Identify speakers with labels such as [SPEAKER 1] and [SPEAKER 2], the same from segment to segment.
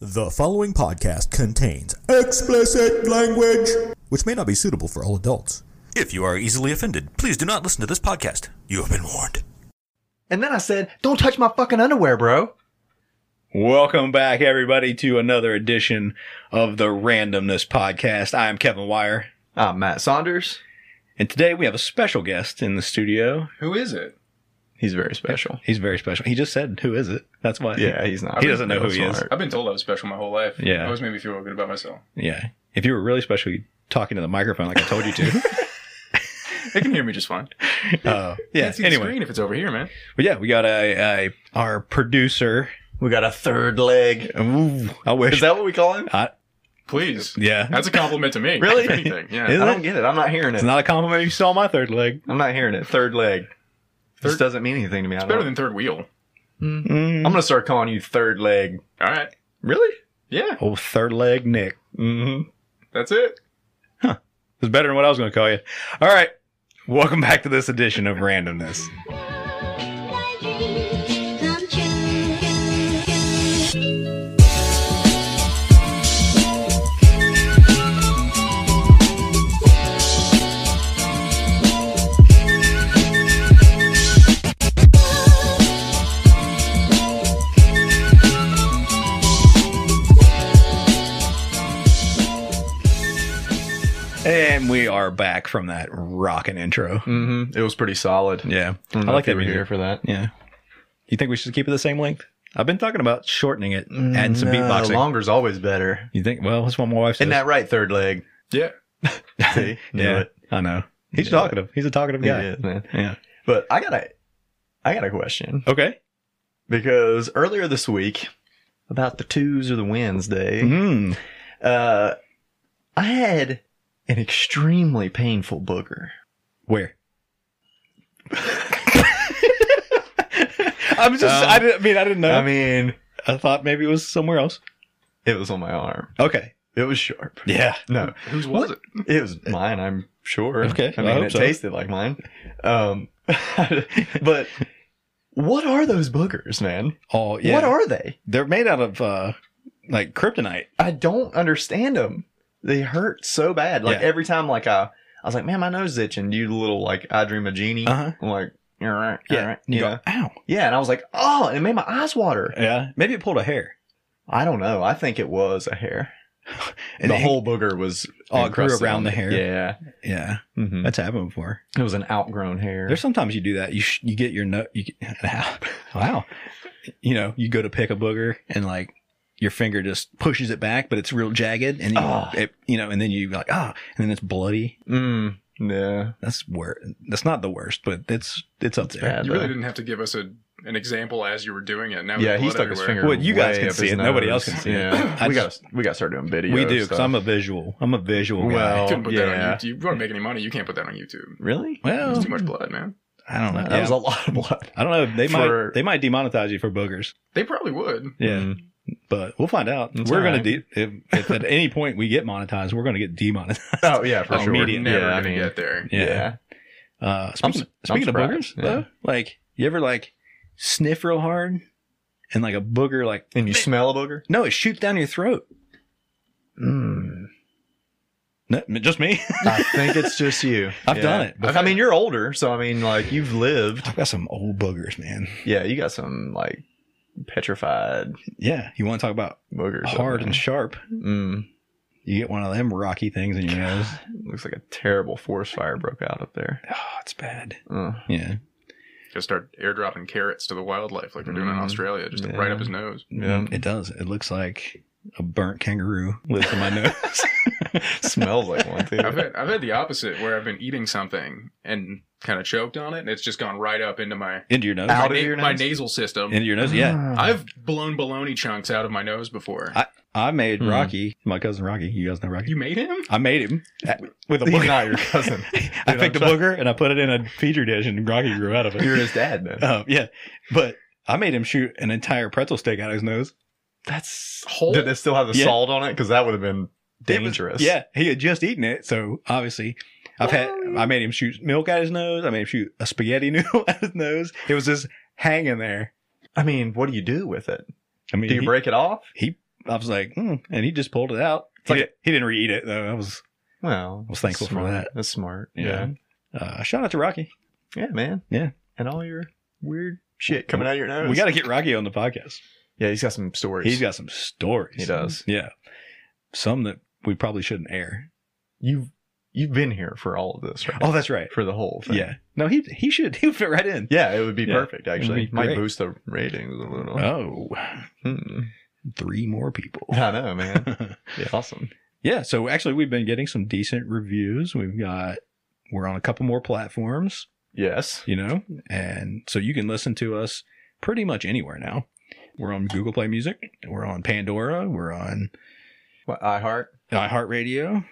[SPEAKER 1] The following podcast contains explicit language, which may not be suitable for all adults. If you are easily offended, please do not listen to this podcast. You have been warned.
[SPEAKER 2] And then I said, "Don't touch my fucking underwear, bro."
[SPEAKER 3] Welcome back, everybody, to another edition of the Randomness Podcast. I'm Kevin Wire,
[SPEAKER 2] I'm Ah, Matt Saunders.
[SPEAKER 3] and today we have a special guest in the studio.
[SPEAKER 4] Who is it?
[SPEAKER 2] He's very special.
[SPEAKER 3] He's very special. He just said, "Who is it?" That's why.
[SPEAKER 2] Yeah, he's not.
[SPEAKER 3] He doesn't know who he is.
[SPEAKER 4] I've been told I was special my whole life.
[SPEAKER 3] Yeah.
[SPEAKER 4] It always made me feel real good about myself.
[SPEAKER 3] yeah. If you were really special, you'd talk into the microphone like I told you to.
[SPEAKER 4] They can hear me just fine.
[SPEAKER 3] uh, yeah.
[SPEAKER 4] Can't see the
[SPEAKER 3] Anyway,
[SPEAKER 4] screen if it's over here, man.
[SPEAKER 3] but yeah, we got a, a our producer.
[SPEAKER 2] We got a third leg.
[SPEAKER 3] Ooh, I wish.
[SPEAKER 2] Is that what we call him?
[SPEAKER 3] I-
[SPEAKER 4] Please.
[SPEAKER 3] yeah.
[SPEAKER 4] That's a compliment to me.
[SPEAKER 2] Really?
[SPEAKER 4] If anything. Yeah.
[SPEAKER 3] Is
[SPEAKER 2] I
[SPEAKER 3] it?
[SPEAKER 2] don't get it. I'm not hearing it.
[SPEAKER 3] It's not a compliment. You saw my third leg.
[SPEAKER 2] I'm not hearing it. Third leg. This
[SPEAKER 4] Third-
[SPEAKER 2] doesn't mean anything to me. I
[SPEAKER 4] Better
[SPEAKER 2] don't-
[SPEAKER 4] than third wheel.
[SPEAKER 3] Mm.
[SPEAKER 2] I'm gonna start calling you third leg.
[SPEAKER 4] All right.
[SPEAKER 2] Mm-hmm. Really?
[SPEAKER 4] Yeah.
[SPEAKER 3] Oh, third leg, Nick.
[SPEAKER 2] Mm-hmm.
[SPEAKER 4] That's it.
[SPEAKER 3] It's better than what I was going to call you. All right. Welcome back to this edition of Randomness.
[SPEAKER 5] My dreams come true.
[SPEAKER 3] And we are back from that rockin' intro.
[SPEAKER 2] Mm-hmm. It was pretty solid.
[SPEAKER 3] Yeah.
[SPEAKER 2] I,
[SPEAKER 3] I like that
[SPEAKER 2] you were
[SPEAKER 3] music.
[SPEAKER 2] here for that.
[SPEAKER 3] Yeah. You think we should keep it the same length? I've been talking about shortening it, adding some
[SPEAKER 2] Mm, No,
[SPEAKER 3] beatboxing.
[SPEAKER 2] uh, Longer's always better.
[SPEAKER 3] you think? Well, that's what my wife says.
[SPEAKER 2] Isn't that right? Third leg.
[SPEAKER 4] Yeah.
[SPEAKER 2] See? Knew
[SPEAKER 3] yeah,
[SPEAKER 2] it.
[SPEAKER 3] I know. He's
[SPEAKER 2] Yeah.
[SPEAKER 3] talkative. He's a talkative
[SPEAKER 2] He
[SPEAKER 3] guy.
[SPEAKER 2] is, man.
[SPEAKER 3] Yeah.
[SPEAKER 2] But I got a, I got a question.
[SPEAKER 3] Okay.
[SPEAKER 2] because earlier this week, about the twos or the Wednesday,
[SPEAKER 3] Mm.
[SPEAKER 2] uh, I had an extremely painful booger.
[SPEAKER 3] Where? I'm just.
[SPEAKER 2] Um,
[SPEAKER 3] I, didn't, I mean, I didn't know.
[SPEAKER 2] I mean,
[SPEAKER 3] I thought maybe it was somewhere else.
[SPEAKER 2] it was on my arm.
[SPEAKER 3] Okay.
[SPEAKER 2] It was sharp.
[SPEAKER 3] Yeah.
[SPEAKER 2] No,
[SPEAKER 4] Whose was it?
[SPEAKER 2] it was mine. I'm sure.
[SPEAKER 3] Okay,
[SPEAKER 2] I
[SPEAKER 3] I
[SPEAKER 2] mean,
[SPEAKER 3] hope
[SPEAKER 2] it
[SPEAKER 3] so.
[SPEAKER 2] tasted like mine. Um, but what are those boogers, man?
[SPEAKER 3] Oh, yeah.
[SPEAKER 2] What are they?
[SPEAKER 3] They're made out of uh, like kryptonite.
[SPEAKER 2] I don't understand them. They hurt so bad. Like
[SPEAKER 3] Yeah.
[SPEAKER 2] every time, like I, I was like, man, my nose is itching. You little like I dream a genie.
[SPEAKER 3] Uh-huh.
[SPEAKER 2] I'm like, all right, all
[SPEAKER 3] Yeah.
[SPEAKER 2] right,
[SPEAKER 3] You
[SPEAKER 2] you
[SPEAKER 3] go,
[SPEAKER 2] know.
[SPEAKER 3] ow.
[SPEAKER 2] Yeah, and I was like, oh, and it made my eyes water.
[SPEAKER 3] Yeah. Maybe it pulled a hair.
[SPEAKER 2] I don't know. I think it was a hair.
[SPEAKER 3] And
[SPEAKER 2] the
[SPEAKER 3] it-
[SPEAKER 2] whole booger was
[SPEAKER 3] Oh, it grew
[SPEAKER 2] encrusted
[SPEAKER 3] around
[SPEAKER 2] on
[SPEAKER 3] the
[SPEAKER 2] it.
[SPEAKER 3] hair.
[SPEAKER 2] Yeah,
[SPEAKER 3] Yeah. Mm.
[SPEAKER 2] hmm
[SPEAKER 3] That's happened before.
[SPEAKER 2] it was an outgrown hair.
[SPEAKER 3] There's sometimes you do that. You sh- you get your nut. You get, wow, you know, you go to pick a booger and like your finger just pushes it back, but it's real jagged, and you,
[SPEAKER 2] Ah.
[SPEAKER 3] it, you know, and then you like ah, and then it's bloody.
[SPEAKER 2] mm, yeah,
[SPEAKER 3] That's wor That's not the worst, but it's it's up there.
[SPEAKER 2] bad.
[SPEAKER 4] You really
[SPEAKER 2] though.
[SPEAKER 4] didn't have to give us a, an example as you were doing it. Now
[SPEAKER 2] yeah,
[SPEAKER 4] there's
[SPEAKER 2] he
[SPEAKER 4] blood
[SPEAKER 2] stuck his
[SPEAKER 4] everywhere.
[SPEAKER 2] finger.
[SPEAKER 3] Well, you guys
[SPEAKER 2] way
[SPEAKER 3] can
[SPEAKER 2] up
[SPEAKER 3] see
[SPEAKER 2] his
[SPEAKER 3] it. Nobody else
[SPEAKER 2] nose.
[SPEAKER 3] can see it.
[SPEAKER 2] Yeah,
[SPEAKER 3] I
[SPEAKER 2] we got
[SPEAKER 3] just-
[SPEAKER 2] we got to start doing videos.
[SPEAKER 3] we do because I'm a visual. I'm a visual guy.
[SPEAKER 2] Well,
[SPEAKER 4] You couldn't put that
[SPEAKER 2] yeah.
[SPEAKER 4] on YouTube. You want to make any money, you can't put that on YouTube.
[SPEAKER 2] really.
[SPEAKER 3] Well,
[SPEAKER 4] It's too much blood, man.
[SPEAKER 3] I don't know.
[SPEAKER 2] That
[SPEAKER 3] Yeah.
[SPEAKER 2] was a lot of blood.
[SPEAKER 3] I don't know. They
[SPEAKER 2] for-
[SPEAKER 3] might they might demonetize you for boogers.
[SPEAKER 4] They probably would.
[SPEAKER 3] Yeah.
[SPEAKER 2] Mm.
[SPEAKER 3] But we'll find out.
[SPEAKER 2] It's
[SPEAKER 3] we're
[SPEAKER 2] all
[SPEAKER 3] gonna
[SPEAKER 2] right.
[SPEAKER 3] de- if, if at any point we get monetized, we're gonna get demonetized.
[SPEAKER 2] Oh yeah, for
[SPEAKER 3] Oh,
[SPEAKER 2] sure.
[SPEAKER 4] We're
[SPEAKER 3] Immediate.
[SPEAKER 4] never
[SPEAKER 2] Yeah, I
[SPEAKER 4] gonna
[SPEAKER 2] mean-
[SPEAKER 4] get there.
[SPEAKER 2] Yeah.
[SPEAKER 3] Uh, speaking
[SPEAKER 2] I'm su-
[SPEAKER 3] speaking of
[SPEAKER 2] I'm
[SPEAKER 3] boogers,
[SPEAKER 2] surprised, yeah.
[SPEAKER 3] though, like you ever like sniff real hard and like a booger like
[SPEAKER 2] and you smell a booger.
[SPEAKER 3] no, it shoots down your throat.
[SPEAKER 2] Mm.
[SPEAKER 3] No, m- just me.
[SPEAKER 2] I think it's just you.
[SPEAKER 3] I've done it
[SPEAKER 2] I mean, you're older, so I mean, like you've lived.
[SPEAKER 3] I've got some old boogers, man.
[SPEAKER 2] Yeah, you got some like petrified
[SPEAKER 3] Yeah, you want to talk about
[SPEAKER 2] boogers. up
[SPEAKER 3] hard
[SPEAKER 2] there.
[SPEAKER 3] and sharp?
[SPEAKER 2] Mm.
[SPEAKER 3] You get one of them rocky things in your nose.
[SPEAKER 2] Looks like a terrible forest fire broke out up there.
[SPEAKER 3] Oh, it's bad.
[SPEAKER 2] Uh,
[SPEAKER 3] Yeah,
[SPEAKER 4] Just start airdropping carrots to the wildlife like they're doing in
[SPEAKER 2] Mhm.
[SPEAKER 4] Australia, just
[SPEAKER 2] Yeah.
[SPEAKER 4] right up his nose.
[SPEAKER 2] yeah,
[SPEAKER 3] it does. It looks like a burnt kangaroo lives in my nose.
[SPEAKER 2] smells like one too.
[SPEAKER 4] I've had, I've had the opposite where I've been eating something and kind of choked on it, and it's just gone right up into my
[SPEAKER 3] Into your nose.
[SPEAKER 2] Ow. Out
[SPEAKER 4] my,
[SPEAKER 2] of your
[SPEAKER 4] my
[SPEAKER 2] nose?
[SPEAKER 4] nasal system.
[SPEAKER 3] Into your nose. Yeah.
[SPEAKER 4] I've blown bologna chunks out of my nose before.
[SPEAKER 3] I- I made
[SPEAKER 2] Hmm.
[SPEAKER 3] Rocky, my cousin Rocky. You guys know Rocky.
[SPEAKER 4] you made him?
[SPEAKER 3] I made him at- with a
[SPEAKER 2] He's
[SPEAKER 3] booger.
[SPEAKER 2] not your cousin.
[SPEAKER 3] I
[SPEAKER 2] Dude,
[SPEAKER 3] picked a
[SPEAKER 2] I'm
[SPEAKER 3] booger and I put it in a petri dish, and Rocky grew out of it.
[SPEAKER 2] You're his dad, man.
[SPEAKER 3] Um, yeah, but I made him shoot an entire pretzel stick out of his nose.
[SPEAKER 2] That's
[SPEAKER 4] Whole-
[SPEAKER 2] Did it still have the
[SPEAKER 3] Uh, Yeah.
[SPEAKER 2] salt on it? Because that would have been
[SPEAKER 3] It was-
[SPEAKER 2] dangerous.
[SPEAKER 3] yeah, he had just eaten it, so obviously, I've had I made him shoot milk out of his nose. I made him shoot a spaghetti noodle out of his nose. It was just hanging there.
[SPEAKER 2] I mean, what do you do with it?
[SPEAKER 3] I mean,
[SPEAKER 2] Do you
[SPEAKER 3] he,
[SPEAKER 2] break it off?
[SPEAKER 3] I was like, mm, and he just pulled it out.
[SPEAKER 2] It's
[SPEAKER 3] He,
[SPEAKER 2] like-
[SPEAKER 3] di- he didn't read it though. I was
[SPEAKER 2] Well,
[SPEAKER 3] I was thankful for
[SPEAKER 2] smart.
[SPEAKER 3] that.
[SPEAKER 2] That's smart.
[SPEAKER 3] Yeah. uh, shout out to Rocky.
[SPEAKER 2] Yeah, man.
[SPEAKER 3] Yeah.
[SPEAKER 2] And all your weird shit coming out of your nose.
[SPEAKER 3] We got to get Rocky on the podcast.
[SPEAKER 2] Yeah, he's got some stories.
[SPEAKER 3] He's got some stories.
[SPEAKER 2] He does.
[SPEAKER 3] Yeah, some that we probably shouldn't air.
[SPEAKER 2] you've you've been here for all of this, right?
[SPEAKER 3] Oh, that's right.
[SPEAKER 2] for the whole thing.
[SPEAKER 3] Yeah. No, he he should he would fit right in.
[SPEAKER 2] Yeah, it would be
[SPEAKER 3] Yeah.
[SPEAKER 2] perfect actually.
[SPEAKER 3] be
[SPEAKER 2] Might
[SPEAKER 3] great.
[SPEAKER 2] boost the ratings a little.
[SPEAKER 3] Oh,
[SPEAKER 2] Hmm.
[SPEAKER 3] three more people.
[SPEAKER 2] I know, man. Yeah, awesome.
[SPEAKER 3] yeah. So actually, we've been getting some decent reviews. We've got we're on a couple more platforms.
[SPEAKER 2] Yes.
[SPEAKER 3] you know, and so you can listen to us pretty much anywhere now. We're on Google Play Music, we're on Pandora, we're on
[SPEAKER 2] What, iHeart.
[SPEAKER 3] iHeartRadio.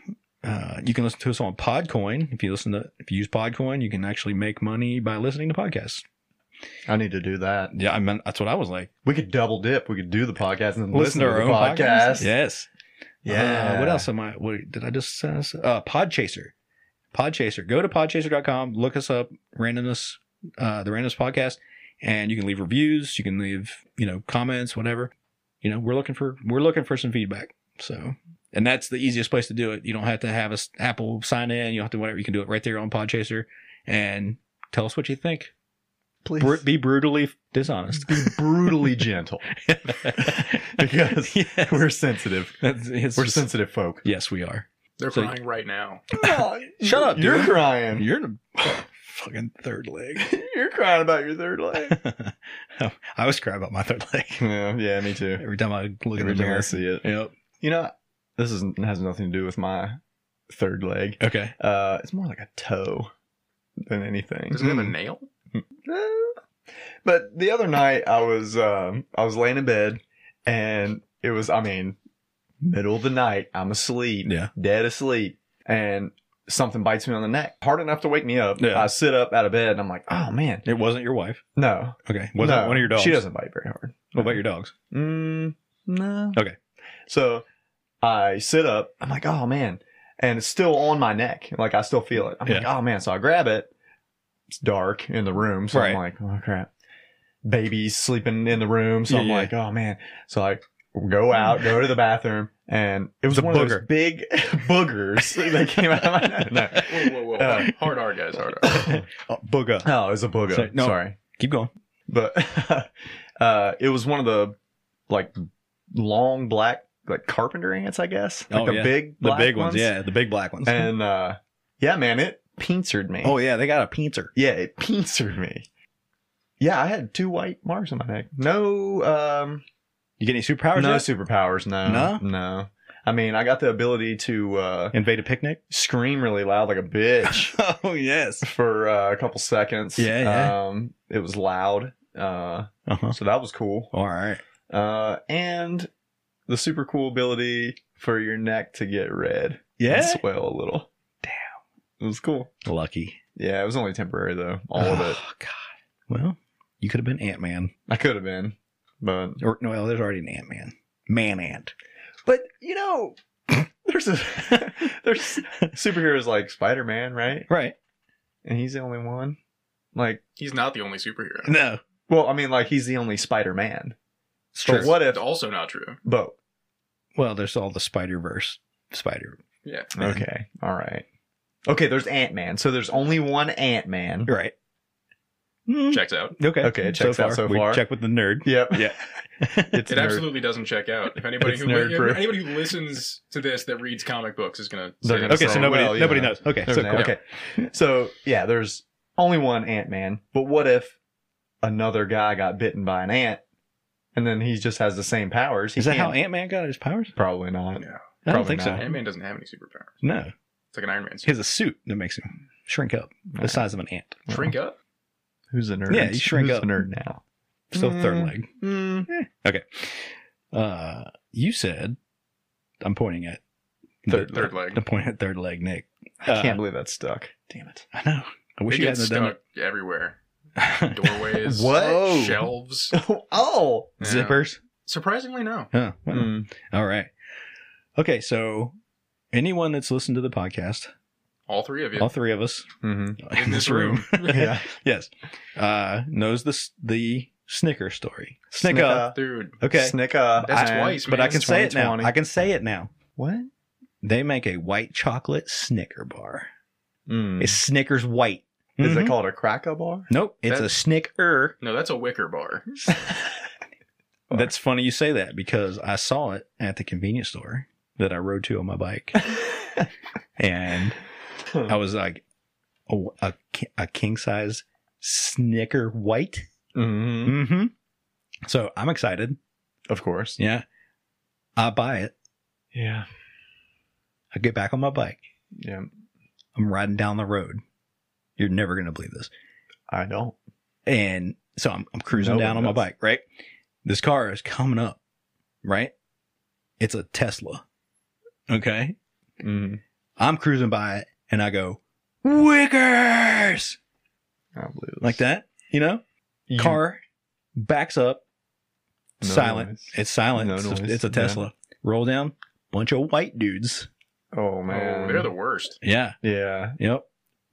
[SPEAKER 3] Uh, you can listen to us on Podcoin. If you listen to, if you use Podcoin, you can actually make money by listening to podcasts.
[SPEAKER 2] I need to do that.
[SPEAKER 3] Yeah, I mean that's what I was like.
[SPEAKER 2] We could double dip. We could do the podcast and then
[SPEAKER 3] Listen, to our own
[SPEAKER 2] the podcast.
[SPEAKER 3] podcast. Yes.
[SPEAKER 2] Yeah.
[SPEAKER 3] Uh, what else am I? What did I just? Uh, s- uh, Podchaser. Podchaser. Go to podchaser.com. Look us up. Randomness. Uh, the Randomness Podcast, and you can leave reviews. You can leave you know comments, whatever. You know we're looking for we're looking for some feedback. So and that's the easiest place to do it. You don't have to have a s- Apple sign in. You don't have to whatever. You can do it right there on Podchaser, and tell us what you think.
[SPEAKER 2] Please
[SPEAKER 3] Bru- be brutally dishonest.
[SPEAKER 2] be brutally gentle because
[SPEAKER 3] Yes.
[SPEAKER 2] we're sensitive.
[SPEAKER 3] That's- it's
[SPEAKER 2] We're
[SPEAKER 3] just-
[SPEAKER 2] sensitive folk.
[SPEAKER 3] Yes, we are.
[SPEAKER 4] They're
[SPEAKER 3] So-
[SPEAKER 4] crying right now.
[SPEAKER 3] Shut up,
[SPEAKER 2] You're
[SPEAKER 3] dude.
[SPEAKER 2] crying.
[SPEAKER 3] You're in a fucking third leg.
[SPEAKER 2] You're crying about your third leg.
[SPEAKER 3] I always cry about my third leg
[SPEAKER 2] yeah, yeah, me too.
[SPEAKER 3] every time I look in
[SPEAKER 2] Every
[SPEAKER 3] the
[SPEAKER 2] time I
[SPEAKER 3] mirror.
[SPEAKER 2] see it.
[SPEAKER 3] Yep.
[SPEAKER 2] You know, this is, has nothing to do with my third leg.
[SPEAKER 3] Okay.
[SPEAKER 2] Uh, it's more like a toe than anything.
[SPEAKER 4] Doesn't it have a nail?
[SPEAKER 2] Uh, But the other night, I was um, I was laying in bed, and it was I mean, middle of the night. I'm asleep,
[SPEAKER 3] Yeah.
[SPEAKER 2] dead asleep, and something bites me on the neck, hard enough to wake me up.
[SPEAKER 3] Yeah.
[SPEAKER 2] I sit up out of bed, and I'm like, oh man,
[SPEAKER 3] It wasn't your wife.
[SPEAKER 2] no,
[SPEAKER 3] Okay. Wasn't
[SPEAKER 2] no,
[SPEAKER 3] one of your dogs.
[SPEAKER 2] She doesn't bite very hard.
[SPEAKER 3] What about your dogs?
[SPEAKER 2] Mm, no.
[SPEAKER 3] Okay.
[SPEAKER 2] So I sit up. I'm like, oh man, and it's still on my neck. Like I still feel it. I'm like, oh man. So I grab it. It's dark in the room, so I'm like, oh crap. Baby's sleeping in the room, so
[SPEAKER 3] Yeah,
[SPEAKER 2] I'm
[SPEAKER 3] yeah.
[SPEAKER 2] like, oh man. So I go out, go to the bathroom, and it was
[SPEAKER 3] It's a
[SPEAKER 2] one of those
[SPEAKER 3] booger.
[SPEAKER 2] big boogers that came out of my neck. No.
[SPEAKER 4] Whoa, whoa, whoa.
[SPEAKER 2] Uh,
[SPEAKER 4] hard R, guys, hard R.
[SPEAKER 3] Oh, booga.
[SPEAKER 2] Oh, it was a booger.
[SPEAKER 3] Sorry, no.
[SPEAKER 2] Sorry.
[SPEAKER 3] Keep going.
[SPEAKER 2] but uh, it was one of the like long black like carpenter ants, I guess. Like
[SPEAKER 3] Oh,
[SPEAKER 2] the
[SPEAKER 3] yeah.
[SPEAKER 2] big
[SPEAKER 3] The
[SPEAKER 2] black
[SPEAKER 3] big ones. Yeah. The big black ones.
[SPEAKER 2] And uh, yeah, man, it pincered me.
[SPEAKER 3] oh, yeah. They got a pincer.
[SPEAKER 2] yeah, it pincered me. Yeah, I had two white marks on my neck. No, um,
[SPEAKER 3] You get any superpowers?
[SPEAKER 2] no
[SPEAKER 3] yet?
[SPEAKER 2] superpowers. No,
[SPEAKER 3] No?
[SPEAKER 2] no. I mean, I got the ability to uh,
[SPEAKER 3] Invade a picnic?
[SPEAKER 2] scream really loud like a bitch
[SPEAKER 3] oh, yes.
[SPEAKER 2] for uh, a couple seconds.
[SPEAKER 3] Yeah, yeah.
[SPEAKER 2] Um, it was loud, uh,
[SPEAKER 3] Uh-huh.
[SPEAKER 2] so that was cool.
[SPEAKER 3] All right.
[SPEAKER 2] uh, and the super cool ability for your neck to get red and
[SPEAKER 3] Yeah.
[SPEAKER 2] swell a little. Damn, it was cool.
[SPEAKER 3] Lucky.
[SPEAKER 2] Yeah, it was only temporary though. All of it.
[SPEAKER 3] Oh, God. Well, you could have been Ant Man.
[SPEAKER 2] I could have been, but
[SPEAKER 3] Or, no, well, there's already an Ant Man. Man Ant.
[SPEAKER 2] but you know, there's a there's superheroes like Spider Man, right?
[SPEAKER 3] Right.
[SPEAKER 2] And he's the only one. Like,
[SPEAKER 4] He's not the only superhero.
[SPEAKER 3] No.
[SPEAKER 2] well, I mean, like he's the only Spider Man.
[SPEAKER 3] It's
[SPEAKER 2] But what if?
[SPEAKER 4] That's also not true.
[SPEAKER 2] But
[SPEAKER 3] Well, there's all the Spider Verse spider.
[SPEAKER 4] Yeah.
[SPEAKER 2] okay, all right. Okay, there's Ant Man. So there's only one Ant Man.
[SPEAKER 3] Right.
[SPEAKER 4] Checks out.
[SPEAKER 3] Okay.
[SPEAKER 2] Okay, it checks out so
[SPEAKER 3] We
[SPEAKER 2] far.
[SPEAKER 3] check with the nerd.
[SPEAKER 2] Yep.
[SPEAKER 3] Yeah.
[SPEAKER 2] It's
[SPEAKER 4] It
[SPEAKER 2] nerd-
[SPEAKER 4] absolutely doesn't check out. If anybody
[SPEAKER 2] It's
[SPEAKER 4] who
[SPEAKER 2] nerd-proof.
[SPEAKER 4] anybody who listens to this that reads comic books is gonna
[SPEAKER 2] They're
[SPEAKER 4] say
[SPEAKER 2] gonna
[SPEAKER 4] that's
[SPEAKER 3] Okay,
[SPEAKER 2] So,
[SPEAKER 3] so
[SPEAKER 4] wrong.
[SPEAKER 3] nobody
[SPEAKER 2] well, yeah.
[SPEAKER 3] nobody knows. Okay,
[SPEAKER 2] There's
[SPEAKER 3] so
[SPEAKER 2] an
[SPEAKER 3] cool.
[SPEAKER 2] Ant- okay. So yeah, there's only one Ant Man. But what if another guy got bitten by an ant, and then he just has the same powers? He
[SPEAKER 3] Is that
[SPEAKER 2] can't-
[SPEAKER 3] how Ant Man got his powers?
[SPEAKER 2] Probably not.
[SPEAKER 3] I
[SPEAKER 4] No.
[SPEAKER 3] don't
[SPEAKER 2] Probably
[SPEAKER 3] think
[SPEAKER 2] not.
[SPEAKER 3] so.
[SPEAKER 4] Ant-Man doesn't have any superpower.
[SPEAKER 3] No,
[SPEAKER 4] It's like an Iron Man.
[SPEAKER 3] he has a suit that makes him shrink up the
[SPEAKER 2] Alright.
[SPEAKER 3] size of an ant.
[SPEAKER 4] Shrink up.
[SPEAKER 2] Who's a nerd?
[SPEAKER 3] Yeah, you shrink
[SPEAKER 2] Who's
[SPEAKER 3] up.
[SPEAKER 2] a nerd now.
[SPEAKER 3] Still third
[SPEAKER 2] Mm.
[SPEAKER 3] leg.
[SPEAKER 4] Hmm,
[SPEAKER 3] Uh, you said, I'm pointing at
[SPEAKER 2] Third-
[SPEAKER 4] third leg.
[SPEAKER 3] I'm pointing at third leg, Nick.
[SPEAKER 2] I
[SPEAKER 3] Uh,
[SPEAKER 2] can't believe that's stuck. Damn it.
[SPEAKER 3] I know. I wish
[SPEAKER 4] it
[SPEAKER 3] you
[SPEAKER 4] gets
[SPEAKER 3] hadn't have
[SPEAKER 4] stuck everywhere.
[SPEAKER 3] done it.
[SPEAKER 4] Doorways.
[SPEAKER 2] What?
[SPEAKER 4] Shelves.
[SPEAKER 2] oh.
[SPEAKER 4] Yeah.
[SPEAKER 3] Zippers.
[SPEAKER 4] Surprisingly, no.
[SPEAKER 3] Huh. well,
[SPEAKER 2] Mm.
[SPEAKER 3] All right. Okay, so anyone that's listened to the podcast,
[SPEAKER 4] All three of you
[SPEAKER 3] all three of us
[SPEAKER 2] Mhm.
[SPEAKER 4] in this room.
[SPEAKER 2] Yeah.
[SPEAKER 3] yes, uh, knows this the Snicker story. Snicker.
[SPEAKER 2] Snicka.
[SPEAKER 4] Dude,
[SPEAKER 2] uh,
[SPEAKER 3] Okay.
[SPEAKER 2] Snicka.
[SPEAKER 4] that's
[SPEAKER 2] I-
[SPEAKER 4] twice, man.
[SPEAKER 3] but I can say it now.
[SPEAKER 2] 2020.
[SPEAKER 3] I can say it now.
[SPEAKER 2] What?
[SPEAKER 3] They make a white chocolate Snicker bar.
[SPEAKER 2] Mm.
[SPEAKER 3] It's Snickers white.
[SPEAKER 2] Is
[SPEAKER 3] Mhm.
[SPEAKER 2] it called a cracker bar?
[SPEAKER 3] Nope. It's a
[SPEAKER 4] That's-
[SPEAKER 3] Snicker.
[SPEAKER 4] No, that's a wicker bar.
[SPEAKER 3] That's funny you say that because I saw it at the convenience store that I rode to on my bike. and I was like, oh, a, ki- a king size Snicker white.
[SPEAKER 2] mm-hmm.
[SPEAKER 3] Mm hmm. So I'm excited.
[SPEAKER 2] Of course.
[SPEAKER 3] Yeah. I buy it.
[SPEAKER 2] Yeah.
[SPEAKER 3] I get back on my bike.
[SPEAKER 2] Yeah.
[SPEAKER 3] I'm riding down the road. You're never going to believe this.
[SPEAKER 2] I don't.
[SPEAKER 3] And so I'm, I'm cruising
[SPEAKER 2] No
[SPEAKER 3] down on
[SPEAKER 2] one
[SPEAKER 3] my
[SPEAKER 2] does.
[SPEAKER 3] bike, right? This car is coming up, right? It's a Tesla. Okay.
[SPEAKER 2] Mm.
[SPEAKER 3] I'm cruising by it and I go, Wickers!
[SPEAKER 2] I don't believe this.
[SPEAKER 3] Like that, you know?
[SPEAKER 2] You-
[SPEAKER 3] Car backs up,
[SPEAKER 2] No
[SPEAKER 3] silent.
[SPEAKER 2] noise.
[SPEAKER 3] It's silent.
[SPEAKER 2] No
[SPEAKER 3] it's,
[SPEAKER 2] noise.
[SPEAKER 3] A, it's a Tesla. Roll down, bunch of white dudes.
[SPEAKER 2] Oh man.
[SPEAKER 4] Oh, they're the worst.
[SPEAKER 3] Yeah.
[SPEAKER 2] yeah.
[SPEAKER 3] Yep.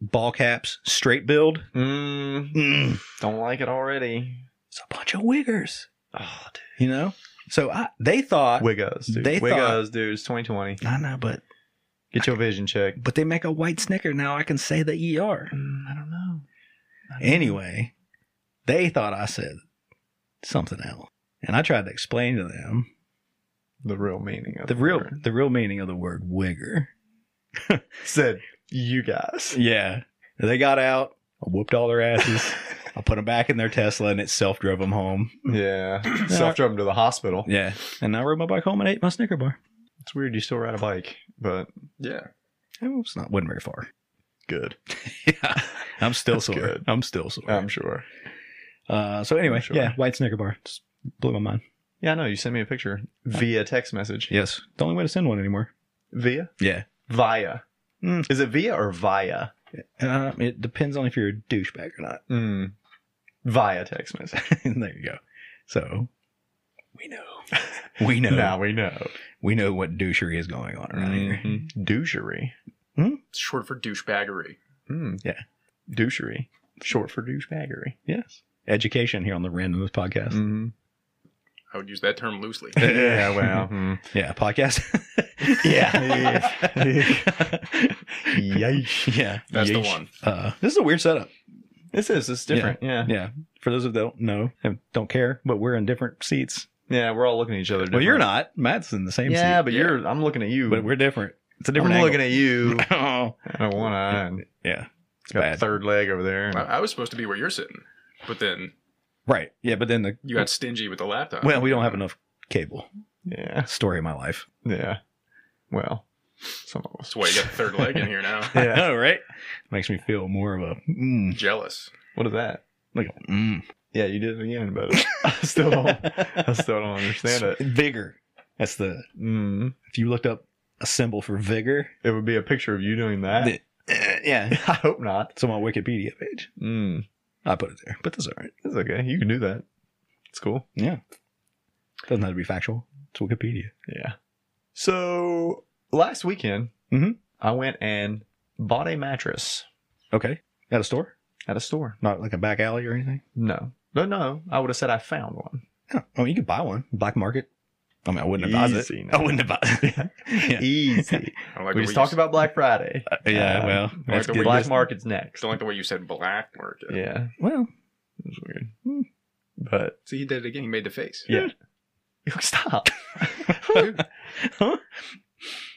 [SPEAKER 3] Ball caps, straight build.
[SPEAKER 2] Mm. Don't like it already.
[SPEAKER 3] It's a bunch of wiggers,
[SPEAKER 2] Oh, dude.
[SPEAKER 3] you know? So I, they thought,
[SPEAKER 2] Wiggos, dude.
[SPEAKER 3] They
[SPEAKER 2] Wiggos, dude. It's 2020.
[SPEAKER 3] I know, but
[SPEAKER 2] Get your vision checked.
[SPEAKER 3] but they make a white Snicker. Now I can say the ER.
[SPEAKER 2] Mm, I don't know. I don't
[SPEAKER 3] Anyway, they thought I said something else. And I tried to explain to them
[SPEAKER 2] know. the real meaning of
[SPEAKER 3] the real
[SPEAKER 2] word.
[SPEAKER 3] the real meaning of the word wigger.
[SPEAKER 2] said you guys.
[SPEAKER 3] Yeah. They got out, I whooped all their asses. I put them back in their Tesla and it self drove them home.
[SPEAKER 2] Yeah. Self drove 'em to the hospital.
[SPEAKER 3] Mm. Yeah. And I rode my bike home and ate my Snicker bar.
[SPEAKER 2] It's weird you still ride a bike, but
[SPEAKER 4] Yeah.
[SPEAKER 3] Oh, It's not went very far.
[SPEAKER 2] good.
[SPEAKER 3] yeah. I'm still
[SPEAKER 2] That's
[SPEAKER 3] sore.
[SPEAKER 2] good.
[SPEAKER 3] I'm still sore.
[SPEAKER 2] I'm sure.
[SPEAKER 3] uh, so anyway,
[SPEAKER 2] sure.
[SPEAKER 3] yeah, white Snicker bar. Just blew my mind.
[SPEAKER 2] Yeah, I know. You sent me a picture via text message.
[SPEAKER 3] Yes. The only way to send one anymore.
[SPEAKER 2] Via?
[SPEAKER 3] Yeah.
[SPEAKER 2] Via.
[SPEAKER 3] Mm.
[SPEAKER 2] Is it via or via?
[SPEAKER 3] Um, it depends on if you're a douchebag or not.
[SPEAKER 2] Mm. Via text message.
[SPEAKER 3] there you go. So we know. We know.
[SPEAKER 2] Now we know.
[SPEAKER 3] We know what douchery is going on around here.
[SPEAKER 2] Mhm. Douchery.
[SPEAKER 4] It's short for douchebaggery.
[SPEAKER 2] Mm.
[SPEAKER 3] Yeah.
[SPEAKER 2] Douchery. Short for douchebaggery.
[SPEAKER 3] Yes. Education here on the Randomness podcast.
[SPEAKER 2] Mm.
[SPEAKER 4] I would use that term loosely.
[SPEAKER 2] yeah, well. mm-hmm.
[SPEAKER 3] Yeah, podcast.
[SPEAKER 2] Yeah. Yeesh.
[SPEAKER 3] yeah.
[SPEAKER 4] That's the
[SPEAKER 3] Yeesh.
[SPEAKER 4] one.
[SPEAKER 3] Uh, this is a weird setup.
[SPEAKER 2] This is it's different. Yeah. yeah.
[SPEAKER 3] Yeah. For those that don't know and don't care, but we're in different seats.
[SPEAKER 2] we're all looking at each other.
[SPEAKER 3] Well, you're
[SPEAKER 2] different.
[SPEAKER 3] not. Matt's in the same
[SPEAKER 2] Yeah,
[SPEAKER 3] seat.
[SPEAKER 2] but you're I'm looking at you.
[SPEAKER 3] But we're different. It's a
[SPEAKER 2] I'm
[SPEAKER 3] different
[SPEAKER 2] looking at you.
[SPEAKER 3] angle.
[SPEAKER 2] I don't want to.
[SPEAKER 3] yeah.
[SPEAKER 2] Got
[SPEAKER 3] bad.
[SPEAKER 2] third leg over there.
[SPEAKER 4] I, I was supposed to be where you're sitting, but then
[SPEAKER 3] Right. Yeah, but then the
[SPEAKER 4] you got stingy with the laptop.
[SPEAKER 3] Well, we don't have enough cable.
[SPEAKER 2] Yeah.
[SPEAKER 3] Story of my life.
[SPEAKER 2] Yeah. Well, some of us.
[SPEAKER 4] That's why you got the third leg in here now.
[SPEAKER 3] I know, right? Makes me feel more of a mm,
[SPEAKER 4] Jealous.
[SPEAKER 2] What is that?
[SPEAKER 3] like a mm.
[SPEAKER 2] Yeah, you did it again, but I still don't. I still don't understand it.
[SPEAKER 3] Vigor. That's the
[SPEAKER 2] Mm.
[SPEAKER 3] if you looked up a symbol for vigor.
[SPEAKER 2] It would be a picture of you doing that.
[SPEAKER 3] the- eh, yeah,
[SPEAKER 2] I hope not.
[SPEAKER 3] it's on my Wikipedia page.
[SPEAKER 2] Mm.
[SPEAKER 3] I put it there, but that's all right.
[SPEAKER 2] It's okay. You can do that. It's cool.
[SPEAKER 3] Yeah, doesn't have to be factual. It's Wikipedia.
[SPEAKER 2] Yeah. So last weekend,
[SPEAKER 3] Mhm.
[SPEAKER 2] I went and bought a mattress
[SPEAKER 3] Okay, at a store,
[SPEAKER 2] at a store.
[SPEAKER 3] not like a back alley or anything.
[SPEAKER 2] No, no, no. I would have said I found one.
[SPEAKER 3] Yeah. I mean, Oh, you could buy one black market. I mean, I wouldn't advise it.
[SPEAKER 2] Easy now.
[SPEAKER 3] I wouldn't advise it. yeah,
[SPEAKER 2] Easy.
[SPEAKER 4] I don't like
[SPEAKER 2] we
[SPEAKER 4] the
[SPEAKER 2] just
[SPEAKER 4] way you
[SPEAKER 2] talked
[SPEAKER 4] s-
[SPEAKER 2] about Black Friday.
[SPEAKER 3] Uh, yeah.
[SPEAKER 2] Uh,
[SPEAKER 3] Well, that's
[SPEAKER 4] the
[SPEAKER 3] good.
[SPEAKER 4] way
[SPEAKER 2] Black
[SPEAKER 4] just-
[SPEAKER 2] Market's next.
[SPEAKER 4] Don't like the way you said black market.
[SPEAKER 2] Yeah,
[SPEAKER 3] Well,
[SPEAKER 2] it was
[SPEAKER 3] Hmm.
[SPEAKER 2] weird. But
[SPEAKER 4] See, he did it again. He made the face.
[SPEAKER 2] yeah, stop.
[SPEAKER 3] Huh?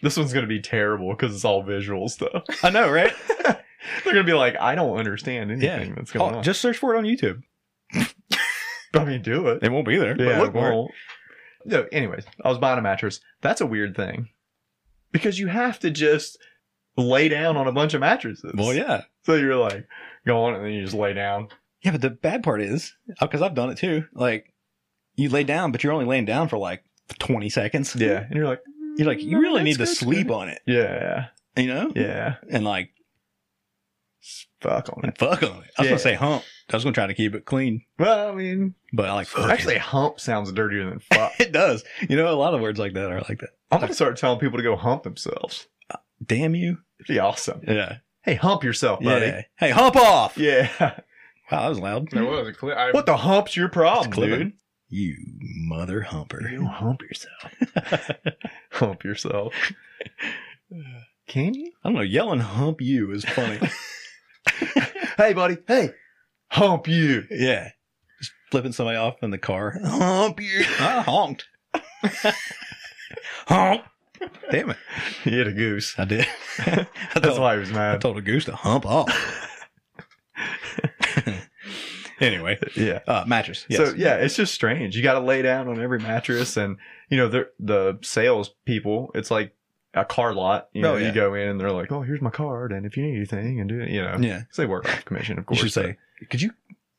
[SPEAKER 2] This one's gonna be terrible because it's all visual stuff.
[SPEAKER 3] I know, right?
[SPEAKER 2] They're gonna be like, I don't understand anything that's going
[SPEAKER 3] Oh,
[SPEAKER 2] on.
[SPEAKER 3] just search for it on YouTube.
[SPEAKER 2] I mean, do it.
[SPEAKER 3] It won't be there. but
[SPEAKER 2] Yeah,
[SPEAKER 3] look for it.
[SPEAKER 2] well, no. Anyways, I was buying a mattress. That's a weird thing because you have to just lay down on a bunch of mattresses.
[SPEAKER 3] Well, yeah.
[SPEAKER 2] So you're like going and then you just lay down.
[SPEAKER 3] Yeah, but the bad part is because I've done it too. Like, you lay down, but you're only laying down for like 20 seconds.
[SPEAKER 2] and you're like,
[SPEAKER 3] You're like, you
[SPEAKER 2] "Mm,
[SPEAKER 3] really
[SPEAKER 2] that's
[SPEAKER 3] need to
[SPEAKER 2] good,
[SPEAKER 3] sleep
[SPEAKER 2] good."
[SPEAKER 3] on it,
[SPEAKER 2] Yeah,
[SPEAKER 3] you know?
[SPEAKER 2] yeah.
[SPEAKER 3] And like,
[SPEAKER 2] Fuck on it.
[SPEAKER 3] fuck on it. I was
[SPEAKER 2] Yeah.
[SPEAKER 3] going to say hump. I was going to try to keep it clean,
[SPEAKER 2] Well, I mean,
[SPEAKER 3] but I like, fuck
[SPEAKER 2] actually, hump sounds dirtier than fuck.
[SPEAKER 3] it. it does. You know, a lot of words like that are like that.
[SPEAKER 2] I'm gonna start telling people to go hump themselves.
[SPEAKER 3] Damn you.
[SPEAKER 2] It'd be awesome.
[SPEAKER 3] Yeah.
[SPEAKER 2] Hey, hump yourself, buddy.
[SPEAKER 3] Yeah. Hey, hump off.
[SPEAKER 2] Yeah.
[SPEAKER 3] Wow, that was loud.
[SPEAKER 4] There was a clip. I,
[SPEAKER 2] What the hump's your problem,
[SPEAKER 3] It's clipping.
[SPEAKER 2] dude?
[SPEAKER 3] You mother humper.
[SPEAKER 2] hump yourself. hump yourself. Can you?
[SPEAKER 3] I don't know. Yelling hump you is funny.
[SPEAKER 2] Hey, buddy. Hey, hump you.
[SPEAKER 3] yeah. Just flipping somebody off in the car. Hump you. I honked. honk. Damn it.
[SPEAKER 2] He hit a goose.
[SPEAKER 3] I did. I
[SPEAKER 2] That's
[SPEAKER 3] told-
[SPEAKER 2] why he was
[SPEAKER 3] I
[SPEAKER 2] mad.
[SPEAKER 3] told a goose to hump off. anyway,
[SPEAKER 2] Yeah.
[SPEAKER 3] uh, mattress. Yes.
[SPEAKER 2] So yeah, it's just strange. You got to lay down on every mattress, and you know the the sales people. It's like a car lot. You know,
[SPEAKER 3] Oh, yeah.
[SPEAKER 2] you go in and they're like, "Oh, here's my card, and if you need anything, and do it." You know,
[SPEAKER 3] yeah.
[SPEAKER 2] 'Cause they work off commission, of
[SPEAKER 3] You
[SPEAKER 2] course.
[SPEAKER 3] should say, could you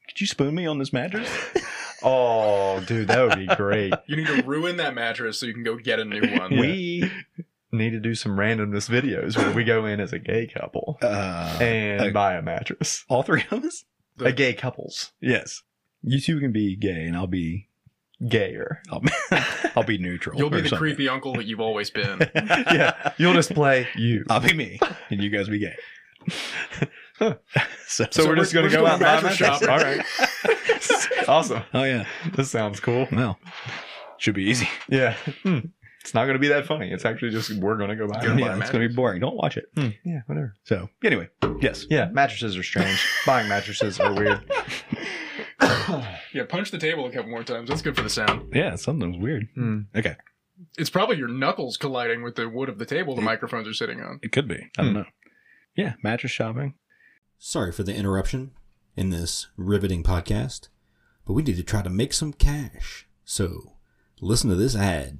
[SPEAKER 3] could you spoon me on this mattress?
[SPEAKER 2] but- "Oh, dude, that would be great."
[SPEAKER 4] you need to ruin that mattress so you can go get a new one.
[SPEAKER 2] We need to do some randomness videos where we go in as a gay couple
[SPEAKER 3] Uh,
[SPEAKER 2] and
[SPEAKER 3] okay.
[SPEAKER 2] buy a mattress.
[SPEAKER 3] all three of us.
[SPEAKER 2] A gay couples,
[SPEAKER 3] Yes. You two can be gay, and I'll be
[SPEAKER 2] gayer.
[SPEAKER 3] I'll, I'll be neutral.
[SPEAKER 4] You'll be
[SPEAKER 3] or
[SPEAKER 4] the
[SPEAKER 3] something.
[SPEAKER 4] creepy uncle that you've always been.
[SPEAKER 2] yeah, you'll just play you.
[SPEAKER 3] I'll be me, and you guys be gay.
[SPEAKER 2] Huh.
[SPEAKER 3] So,
[SPEAKER 2] So, we're, just gonna go out and buy a
[SPEAKER 4] mattress
[SPEAKER 2] mattress. All right, awesome.
[SPEAKER 3] oh yeah.
[SPEAKER 2] This sounds cool.
[SPEAKER 3] Well, should be easy.
[SPEAKER 2] Yeah. Hmm. It's not going to be that funny. It's actually just we're going to go buy
[SPEAKER 4] Gonna
[SPEAKER 2] them.
[SPEAKER 4] buy
[SPEAKER 3] yeah,
[SPEAKER 4] a
[SPEAKER 3] it's gonna be
[SPEAKER 4] mattress.
[SPEAKER 3] boring. Don't watch it.
[SPEAKER 2] Hmm. Yeah, whatever.
[SPEAKER 3] So anyway, yes.
[SPEAKER 2] Yeah, mattresses are strange. Buying mattresses are weird.
[SPEAKER 4] yeah, punch the table a couple more times. That's good for the sound.
[SPEAKER 3] Yeah, something's weird.
[SPEAKER 2] Hmm.
[SPEAKER 3] Okay,
[SPEAKER 4] It's probably your knuckles colliding with the wood of the table the microphones are sitting on.
[SPEAKER 3] it could be. I don't know. Hmm. Yeah, mattress shopping.
[SPEAKER 6] Sorry for the interruption in this riveting podcast, but we need to try to make some cash. So listen to this ad.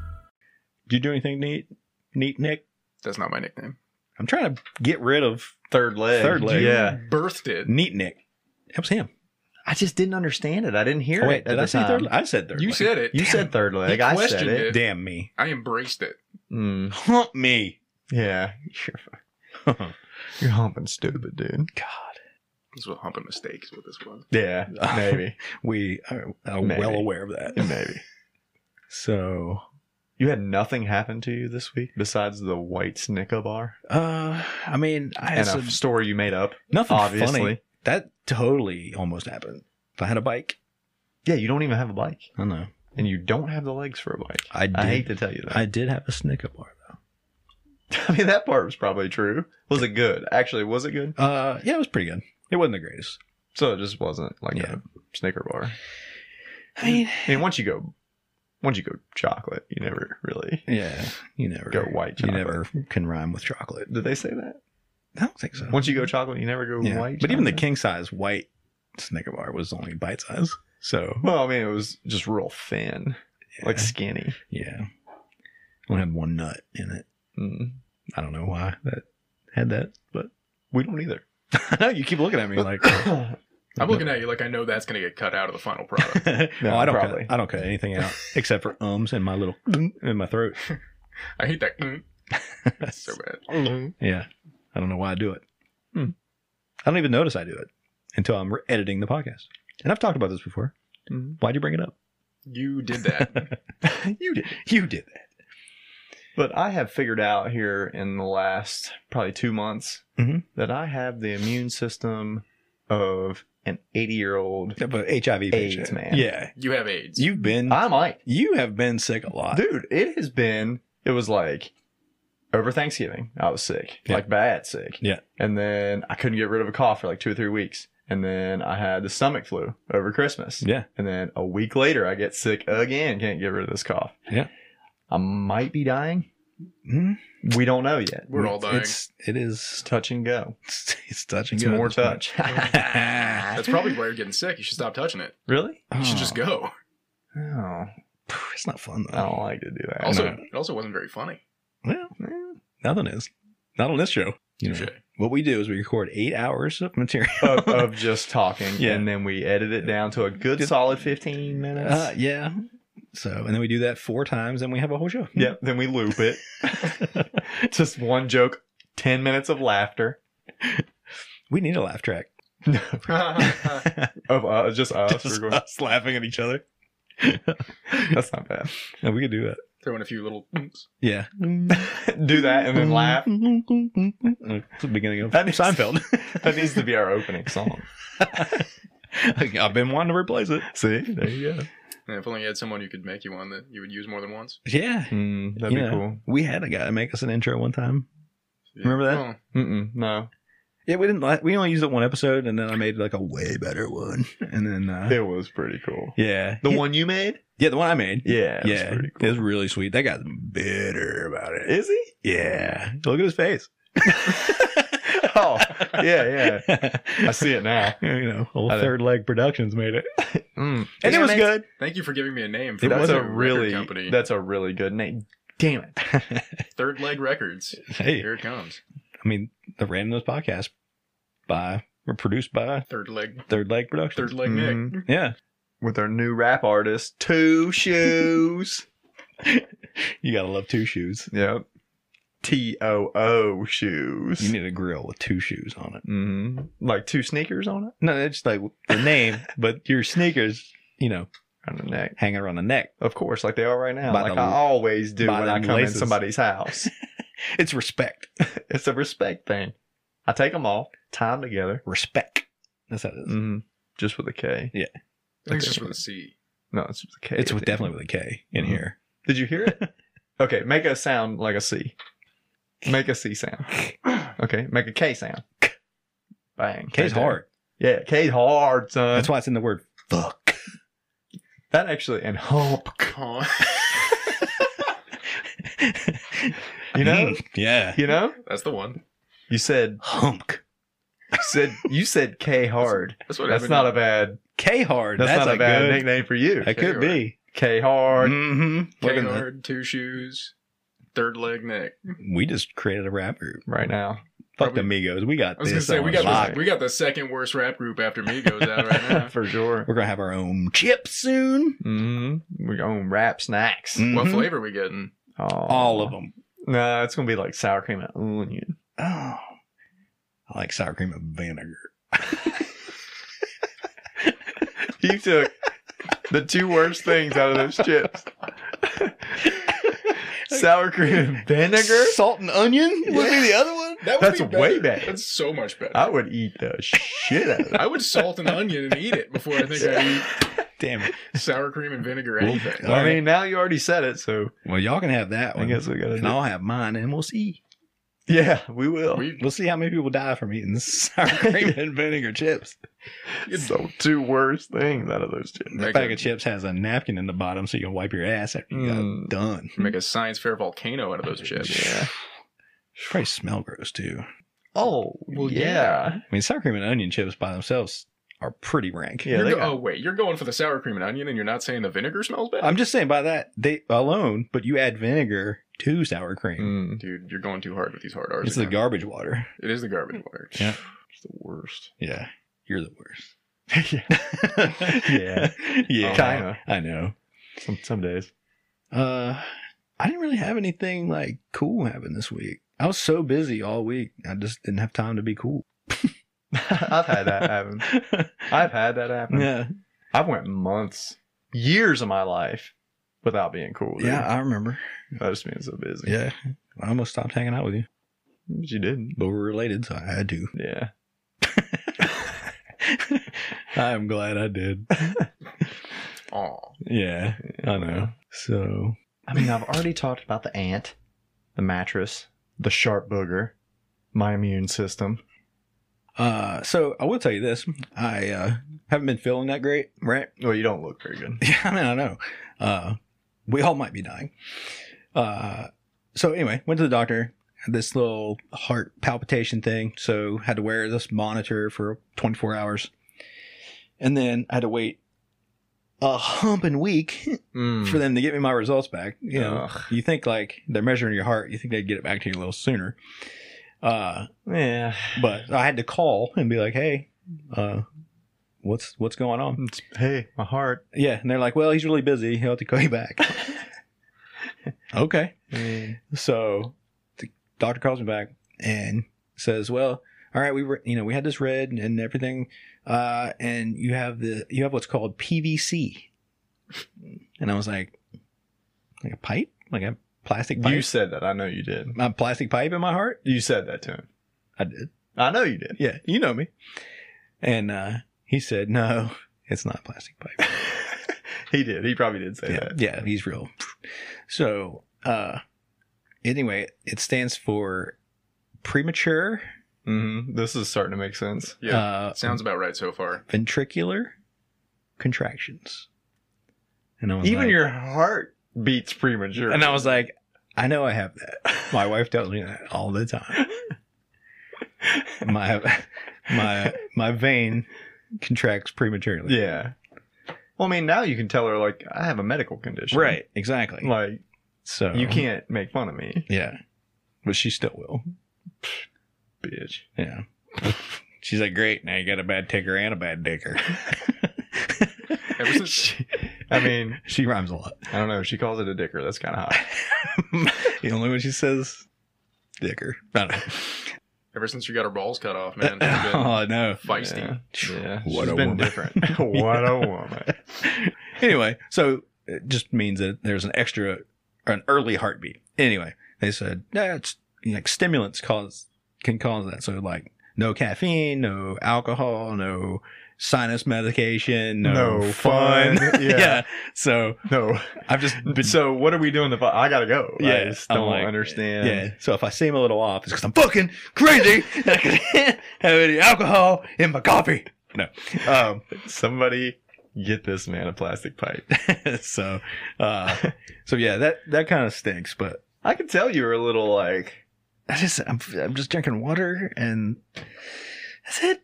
[SPEAKER 3] Did you do anything neat? Neat, Nick.
[SPEAKER 4] That's not my nickname.
[SPEAKER 3] I'm trying to get rid of
[SPEAKER 2] Third leg.
[SPEAKER 3] Third leg.
[SPEAKER 2] Yeah.
[SPEAKER 4] Birthed it.
[SPEAKER 3] neat Nick. That was him.
[SPEAKER 2] I just didn't understand it. I didn't hear
[SPEAKER 3] Oh,
[SPEAKER 2] it.
[SPEAKER 3] wait,
[SPEAKER 2] at
[SPEAKER 3] did
[SPEAKER 2] the
[SPEAKER 3] I say
[SPEAKER 2] time.
[SPEAKER 3] third? I said third.
[SPEAKER 4] You
[SPEAKER 3] leg.
[SPEAKER 4] said it.
[SPEAKER 2] You said third leg. I said
[SPEAKER 4] questioned
[SPEAKER 2] it.
[SPEAKER 4] it.
[SPEAKER 3] Damn me.
[SPEAKER 4] I embraced it.
[SPEAKER 2] Hmm.
[SPEAKER 3] Hump me.
[SPEAKER 2] Yeah. You're,
[SPEAKER 3] God.
[SPEAKER 2] you're humping stupid, dude.
[SPEAKER 4] This was a humping mistake is what this was.
[SPEAKER 2] Yeah. Maybe.
[SPEAKER 3] We are, are
[SPEAKER 2] Maybe.
[SPEAKER 3] well aware of that.
[SPEAKER 2] maybe.
[SPEAKER 3] So,
[SPEAKER 2] You had nothing happen to you this week besides the white snicker bar
[SPEAKER 3] uh, I mean, I had
[SPEAKER 2] and a
[SPEAKER 3] some,
[SPEAKER 2] story you made up.
[SPEAKER 3] nothing
[SPEAKER 2] obviously.
[SPEAKER 3] funny. That totally almost happened. If I had a bike,
[SPEAKER 2] Yeah, you don't even have a bike,
[SPEAKER 3] I don't know.
[SPEAKER 2] and you don't have the legs for a bike.
[SPEAKER 3] I did.
[SPEAKER 2] I hate to tell you that.
[SPEAKER 3] I did have a Snicker bar
[SPEAKER 2] I mean, that part was probably true. Was it good? Actually, was it good?
[SPEAKER 3] though. Uh, yeah, it was pretty good. It wasn't the greatest.
[SPEAKER 2] So it just wasn't like
[SPEAKER 3] Yeah.
[SPEAKER 2] a Snicker bar.
[SPEAKER 3] I mean,
[SPEAKER 2] I mean, once you go, once you go chocolate, you never really.
[SPEAKER 3] yeah, you never
[SPEAKER 2] Go white
[SPEAKER 3] You
[SPEAKER 2] chocolate.
[SPEAKER 3] never can rhyme with chocolate.
[SPEAKER 2] Did they say that?
[SPEAKER 3] I don't think so.
[SPEAKER 2] Once you go chocolate, you never go
[SPEAKER 3] Yeah.
[SPEAKER 2] white.
[SPEAKER 3] But even the
[SPEAKER 2] chocolate?
[SPEAKER 3] king size white Snicker bar was only bite size. So
[SPEAKER 2] Well, I mean, it was just real thin, like skinny.
[SPEAKER 3] yeah, only had one nut in it.
[SPEAKER 2] Mm.
[SPEAKER 3] I don't know why that had that, but
[SPEAKER 2] We don't either.
[SPEAKER 3] I know you keep looking at me like
[SPEAKER 4] I'm looking at you like I know that's going to get cut out of the final product.
[SPEAKER 3] oh, I don't
[SPEAKER 2] probably.
[SPEAKER 3] cut, I don't cut anything out except for ums and my little in my throat.
[SPEAKER 4] I hate that. Mm, so bad.
[SPEAKER 3] yeah, I don't know why I do it.
[SPEAKER 2] Hmm.
[SPEAKER 3] I don't even notice I do it until I'm re- editing the podcast. And I've talked about this before.
[SPEAKER 2] Mhm.
[SPEAKER 3] Why'd you bring it up?
[SPEAKER 4] You did that.
[SPEAKER 3] you did. You did that.
[SPEAKER 2] But I have figured out here in the last probably two months
[SPEAKER 3] Mhm.
[SPEAKER 2] that I have the immune system of an 80 year old.
[SPEAKER 3] Yeah, But HIV
[SPEAKER 2] AIDS,
[SPEAKER 3] patient.
[SPEAKER 2] man.
[SPEAKER 3] Yeah,
[SPEAKER 4] You have AIDS.
[SPEAKER 3] you've been.
[SPEAKER 2] I might.
[SPEAKER 3] you have been sick a lot.
[SPEAKER 2] dude it has been it was like over thanksgiving i was sick
[SPEAKER 3] Yeah.
[SPEAKER 2] like bad sick
[SPEAKER 3] Yeah.
[SPEAKER 2] and then i couldn't get rid of a cough for like two or three weeks and then i had the stomach flu over christmas
[SPEAKER 3] Yeah.
[SPEAKER 2] and then a week later i get sick again can't get rid of this cough
[SPEAKER 3] Yeah.
[SPEAKER 2] i might be dying
[SPEAKER 3] Mhm.
[SPEAKER 2] we don't know yet
[SPEAKER 4] We're all dying.
[SPEAKER 3] Mm. It's it is
[SPEAKER 2] it's touch and go
[SPEAKER 3] it's, it's touching.
[SPEAKER 2] it's more touch
[SPEAKER 4] That's probably why you're getting sick. You should stop touching it.
[SPEAKER 2] really
[SPEAKER 4] You should just go.
[SPEAKER 2] oh
[SPEAKER 3] It's not fun though.
[SPEAKER 2] i don't like to do that
[SPEAKER 4] Also,
[SPEAKER 3] no.
[SPEAKER 4] it also wasn't very funny.
[SPEAKER 3] Well, eh, nothing is. Not on this show. You know,
[SPEAKER 4] Touche.
[SPEAKER 3] what we do is we record eight hours of material.
[SPEAKER 2] of, of just talking,
[SPEAKER 3] Yeah.
[SPEAKER 2] and then we edit it down to a good, solid fifteen minutes.
[SPEAKER 3] Uh, yeah. So, and then we do that four times, and we have a whole show.
[SPEAKER 2] yeah, then we loop it. just one joke, ten minutes of laughter
[SPEAKER 3] We need a laugh track.
[SPEAKER 2] of uh, just us.
[SPEAKER 3] Just
[SPEAKER 2] We're going,
[SPEAKER 3] us laughing at each other.
[SPEAKER 2] That's not bad.
[SPEAKER 3] No, we could do that.
[SPEAKER 4] Throw in a few little. oomps.
[SPEAKER 3] Yeah.
[SPEAKER 2] Do that and
[SPEAKER 3] Mm.
[SPEAKER 2] then laugh.
[SPEAKER 3] It's the beginning of
[SPEAKER 2] That is-
[SPEAKER 3] Seinfeld.
[SPEAKER 2] That needs to be our opening song.
[SPEAKER 3] I've been wanting to replace it.
[SPEAKER 2] See, there you go.
[SPEAKER 4] Yeah, if only you had someone who could make you one that you would use more than once.
[SPEAKER 3] Yeah.
[SPEAKER 2] Mm, that'd
[SPEAKER 3] You
[SPEAKER 2] be
[SPEAKER 3] know,
[SPEAKER 2] cool.
[SPEAKER 3] We had a guy make us an intro one time.
[SPEAKER 4] Yeah.
[SPEAKER 3] Remember that?
[SPEAKER 4] Oh,
[SPEAKER 2] Mm-mm, no,
[SPEAKER 3] Yeah, we didn't. Like, we only used it one episode, and then I made like a way better one. And then, uh,
[SPEAKER 2] it was pretty cool.
[SPEAKER 3] yeah,
[SPEAKER 2] The one you made?
[SPEAKER 3] yeah, the one I made.
[SPEAKER 2] Yeah, it was
[SPEAKER 3] yeah,
[SPEAKER 2] pretty
[SPEAKER 3] it was really sweet. That guy's bitter about it.
[SPEAKER 2] Is he?
[SPEAKER 3] Yeah, look at his face.
[SPEAKER 2] Oh, yeah, I see it now.
[SPEAKER 3] you know, old
[SPEAKER 2] I know.
[SPEAKER 3] Third Leg Productions made it,
[SPEAKER 2] Mm.
[SPEAKER 3] and it was good.
[SPEAKER 4] Thank you for giving me a name for
[SPEAKER 2] It
[SPEAKER 4] that
[SPEAKER 2] was a
[SPEAKER 4] record
[SPEAKER 2] really
[SPEAKER 4] company.
[SPEAKER 2] that's a really good name. Damn it!
[SPEAKER 4] Third Leg Records.
[SPEAKER 3] Hey,
[SPEAKER 4] Here it comes.
[SPEAKER 3] I mean, the Randomness podcast by or produced by
[SPEAKER 4] Third Leg.
[SPEAKER 3] Third Leg Productions.
[SPEAKER 4] Third Leg
[SPEAKER 2] Mhm.
[SPEAKER 4] Nick.
[SPEAKER 3] Yeah,
[SPEAKER 2] With our new rap artist, Two Shoes.
[SPEAKER 3] you gotta love two shoes.
[SPEAKER 2] yep. T O O
[SPEAKER 3] You
[SPEAKER 2] Shoes.
[SPEAKER 3] need a grill with two shoes on it.
[SPEAKER 2] Mhm. Like two sneakers on it
[SPEAKER 3] No, it's like the name, but your sneakers, you know,
[SPEAKER 2] on the neck.
[SPEAKER 3] hang around the neck.
[SPEAKER 2] Of course, like they are right now.
[SPEAKER 3] By
[SPEAKER 2] like
[SPEAKER 3] the-
[SPEAKER 2] I always do
[SPEAKER 3] by
[SPEAKER 2] when I
[SPEAKER 3] them
[SPEAKER 2] come
[SPEAKER 3] laces.
[SPEAKER 2] in somebody's house.
[SPEAKER 3] It's respect.
[SPEAKER 2] it's a respect thing. I take them all, tie them together.
[SPEAKER 3] Respect. That's how it is.
[SPEAKER 2] Mhm. Just with a K.
[SPEAKER 4] I think it's just with a C.
[SPEAKER 2] No, it's with a K.
[SPEAKER 3] It's with, definitely with a K in
[SPEAKER 2] Mhm.
[SPEAKER 3] here.
[SPEAKER 2] Did you hear it? okay, make a sound like a C. Make a C sound. Okay, make a K sound. Bang.
[SPEAKER 3] K's
[SPEAKER 2] Right there.
[SPEAKER 3] hard.
[SPEAKER 2] Yeah, K's hard, son.
[SPEAKER 3] That's why it's in the word fuck.
[SPEAKER 2] that actually and hump.
[SPEAKER 4] Oh,
[SPEAKER 2] You know,
[SPEAKER 3] Mm, yeah.
[SPEAKER 2] you know.
[SPEAKER 4] that's the one.
[SPEAKER 2] You said
[SPEAKER 3] Hunk.
[SPEAKER 2] you said you said K hard.
[SPEAKER 4] That's what
[SPEAKER 2] That's
[SPEAKER 4] happened.
[SPEAKER 2] not a bad.
[SPEAKER 3] K hard.
[SPEAKER 2] That's, not a, bad
[SPEAKER 3] good,
[SPEAKER 2] nickname for you.
[SPEAKER 3] That could be.
[SPEAKER 2] K hard.
[SPEAKER 3] Mm-hmm.
[SPEAKER 4] K Hard, Two Shoes, Third Leg Nick.
[SPEAKER 3] We just created a rap group.
[SPEAKER 2] Right now,
[SPEAKER 3] Fuck
[SPEAKER 4] Probably-
[SPEAKER 3] the Migos. We got
[SPEAKER 4] I was
[SPEAKER 3] this.
[SPEAKER 4] gonna say we
[SPEAKER 3] on
[SPEAKER 4] got
[SPEAKER 3] lock.
[SPEAKER 4] the, we got the second worst rap group after Migos out right now.
[SPEAKER 2] for sure.
[SPEAKER 3] We're gonna have our own chip soon.
[SPEAKER 2] Mm, we're going rap snacks.
[SPEAKER 4] What
[SPEAKER 3] Mhm.
[SPEAKER 4] flavor we getting?
[SPEAKER 2] Aw.
[SPEAKER 3] All of them.
[SPEAKER 2] Nah, it's gonna be like sour cream and onion.
[SPEAKER 3] Oh, I like sour cream and vinegar.
[SPEAKER 2] You took the two worst things out of those chips. Sour cream and vinegar.
[SPEAKER 3] salt, and onion would be the other one.
[SPEAKER 4] That
[SPEAKER 2] That's
[SPEAKER 4] be
[SPEAKER 2] way better.
[SPEAKER 4] That's so much better.
[SPEAKER 2] I would eat the shit out of that.
[SPEAKER 4] I would salt an onion and eat it before I think I
[SPEAKER 3] Damn it.
[SPEAKER 4] eat sour cream and vinegar or
[SPEAKER 3] Well,
[SPEAKER 4] anything.
[SPEAKER 3] All
[SPEAKER 2] I
[SPEAKER 3] right.
[SPEAKER 2] mean, now you already said it, so
[SPEAKER 3] Well, y'all can have that
[SPEAKER 2] I
[SPEAKER 3] one,
[SPEAKER 2] guess we gotta.
[SPEAKER 3] and
[SPEAKER 2] do-
[SPEAKER 3] I'll have mine, and we'll see.
[SPEAKER 2] Yeah, we will.
[SPEAKER 4] We
[SPEAKER 3] We'll see how many people die from eating sour cream and vinegar chips.
[SPEAKER 2] so two worst things out of those chips.
[SPEAKER 4] Make
[SPEAKER 3] That bag
[SPEAKER 4] a-
[SPEAKER 3] of chips has a napkin in the bottom, so you can wipe your ass after you
[SPEAKER 2] Mm.
[SPEAKER 3] got done.
[SPEAKER 4] make a science fair volcano out of those chips.
[SPEAKER 2] Yeah.
[SPEAKER 3] Probably smell gross too.
[SPEAKER 2] Oh,
[SPEAKER 4] Well,
[SPEAKER 2] yeah.
[SPEAKER 3] I mean, sour cream and onion chips by themselves are pretty rank.
[SPEAKER 2] Yeah,
[SPEAKER 4] You're
[SPEAKER 2] they
[SPEAKER 4] go-
[SPEAKER 2] got-
[SPEAKER 4] oh wait, you're going for the sour cream and onion, and you're not saying the vinegar smells bad,
[SPEAKER 3] I'm just saying by that they alone, but you add vinegar to sour cream.
[SPEAKER 2] Mm,
[SPEAKER 4] dude. You're going too hard with these hard R's.
[SPEAKER 3] It's the
[SPEAKER 4] again.
[SPEAKER 3] garbage water.
[SPEAKER 4] it is the garbage water.
[SPEAKER 3] Yeah.
[SPEAKER 2] it's the worst.
[SPEAKER 3] Yeah, you're the worst.
[SPEAKER 2] yeah. Oh,
[SPEAKER 3] yeah, yeah,
[SPEAKER 2] Kinda.
[SPEAKER 3] I know.
[SPEAKER 2] Some, some days.
[SPEAKER 3] Uh, I didn't really have anything like cool happen this week. I was so busy all week, I just didn't have time to be cool.
[SPEAKER 2] I've had that happen. I've had that happen.
[SPEAKER 3] yeah,
[SPEAKER 2] I've went months, years of my life without being cool. dude.
[SPEAKER 3] yeah, I remember.
[SPEAKER 2] I just being so busy.
[SPEAKER 3] Yeah, I almost stopped hanging out with you,
[SPEAKER 2] But you didn't.
[SPEAKER 3] but we're related, so I had to.
[SPEAKER 2] Yeah.
[SPEAKER 3] I'm glad I did.
[SPEAKER 4] Aw.
[SPEAKER 3] Yeah, I know. So
[SPEAKER 2] I mean, I've already talked about the ant, the mattress, the sharp booger, my immune system.
[SPEAKER 3] Uh, so I will tell you this: I uh, haven't been feeling that great, right?
[SPEAKER 2] Well, you don't look very good.
[SPEAKER 3] Yeah, I mean, I know. Uh, we all might be dying. Uh, so anyway, went to the doctor. Had this little heart palpitation thing, so had to wear this monitor for 24 hours, and then had to wait a humping week
[SPEAKER 2] Hmm.
[SPEAKER 3] for them to get me my results back. You know,
[SPEAKER 2] Ugh.
[SPEAKER 3] you think like they're measuring your heart, you think they'd get it back to you a little sooner. Uh,
[SPEAKER 2] Yeah.
[SPEAKER 3] but I had to call and be like, "Hey, uh, what's what's going on?"
[SPEAKER 2] It's- hey, my heart.
[SPEAKER 3] Yeah, and they're like, "Well, he's really busy. He'll have to call you back." okay, so the doctor calls me back and says, "Well, all right, we were, you know, we had this read and everything, uh, and you have the you have what's called PVC," and I was like, "Like a pipe, like a plastic pipe,
[SPEAKER 2] You said that. I know you did.
[SPEAKER 3] a plastic pipe in my heart."
[SPEAKER 2] You said that to him.
[SPEAKER 3] I did.
[SPEAKER 2] I know you did.
[SPEAKER 3] Yeah, you know me. And uh, he said, "No, it's not plastic pipe."
[SPEAKER 2] he did. He probably did say
[SPEAKER 3] yeah,
[SPEAKER 2] that.
[SPEAKER 3] yeah, he's real. So, uh, anyway, it stands for premature
[SPEAKER 2] hmm This is starting to make sense.
[SPEAKER 4] Yeah.
[SPEAKER 3] uh,
[SPEAKER 4] Sounds about right so far.
[SPEAKER 3] ventricular contractions. And I was
[SPEAKER 2] Even
[SPEAKER 3] like-
[SPEAKER 2] your heart beats premature.
[SPEAKER 3] and I was like, I know I have that. My wife tells me that all the time. my my my vein contracts prematurely.
[SPEAKER 2] yeah. Well, I mean, now you can tell her like I have a medical condition.
[SPEAKER 3] Right. Uh-huh. Exactly.
[SPEAKER 2] Like
[SPEAKER 3] so
[SPEAKER 2] you can't make fun of me,
[SPEAKER 3] Yeah. But she still will.
[SPEAKER 2] bitch.
[SPEAKER 3] Yeah. She's like, great. Now you got a bad ticker and a bad dicker.
[SPEAKER 4] Ever since
[SPEAKER 2] She- I mean,
[SPEAKER 3] she rhymes a lot.
[SPEAKER 2] I don't know. She calls it a dicker. That's kind of hot.
[SPEAKER 3] the only one she says, dicker. I don't know.
[SPEAKER 4] ever since you got her balls cut off, man, it's been
[SPEAKER 3] oh, no.
[SPEAKER 4] feisty.
[SPEAKER 2] Yeah. Yeah.
[SPEAKER 3] What
[SPEAKER 2] She's
[SPEAKER 3] a
[SPEAKER 2] been
[SPEAKER 3] woman.
[SPEAKER 2] different. what a woman.
[SPEAKER 3] Anyway, so it just means that there's an extra, or an early heartbeat. Anyway, they said, yeah, it's like stimulants cause, can cause that. So, like, no caffeine, no alcohol, no sinus medication, no,
[SPEAKER 2] No
[SPEAKER 3] fun.
[SPEAKER 2] fun.
[SPEAKER 3] yeah.
[SPEAKER 2] Yeah.
[SPEAKER 3] So
[SPEAKER 2] No.
[SPEAKER 3] I've just
[SPEAKER 2] But so what are we doing? The fu- I gotta go.
[SPEAKER 3] Yeah,
[SPEAKER 2] I just
[SPEAKER 3] I'm
[SPEAKER 2] don't
[SPEAKER 3] like-
[SPEAKER 2] understand.
[SPEAKER 3] Yeah. So if I seem a little off, it's because I'm fucking crazy and I can't have any alcohol in my coffee. No. Um,
[SPEAKER 2] Somebody get this man a plastic pipe.
[SPEAKER 3] so, uh, so yeah, that, that kind of stinks, but
[SPEAKER 2] I can tell you were a little like
[SPEAKER 3] I just, I'm, I'm just drinking water and that's it.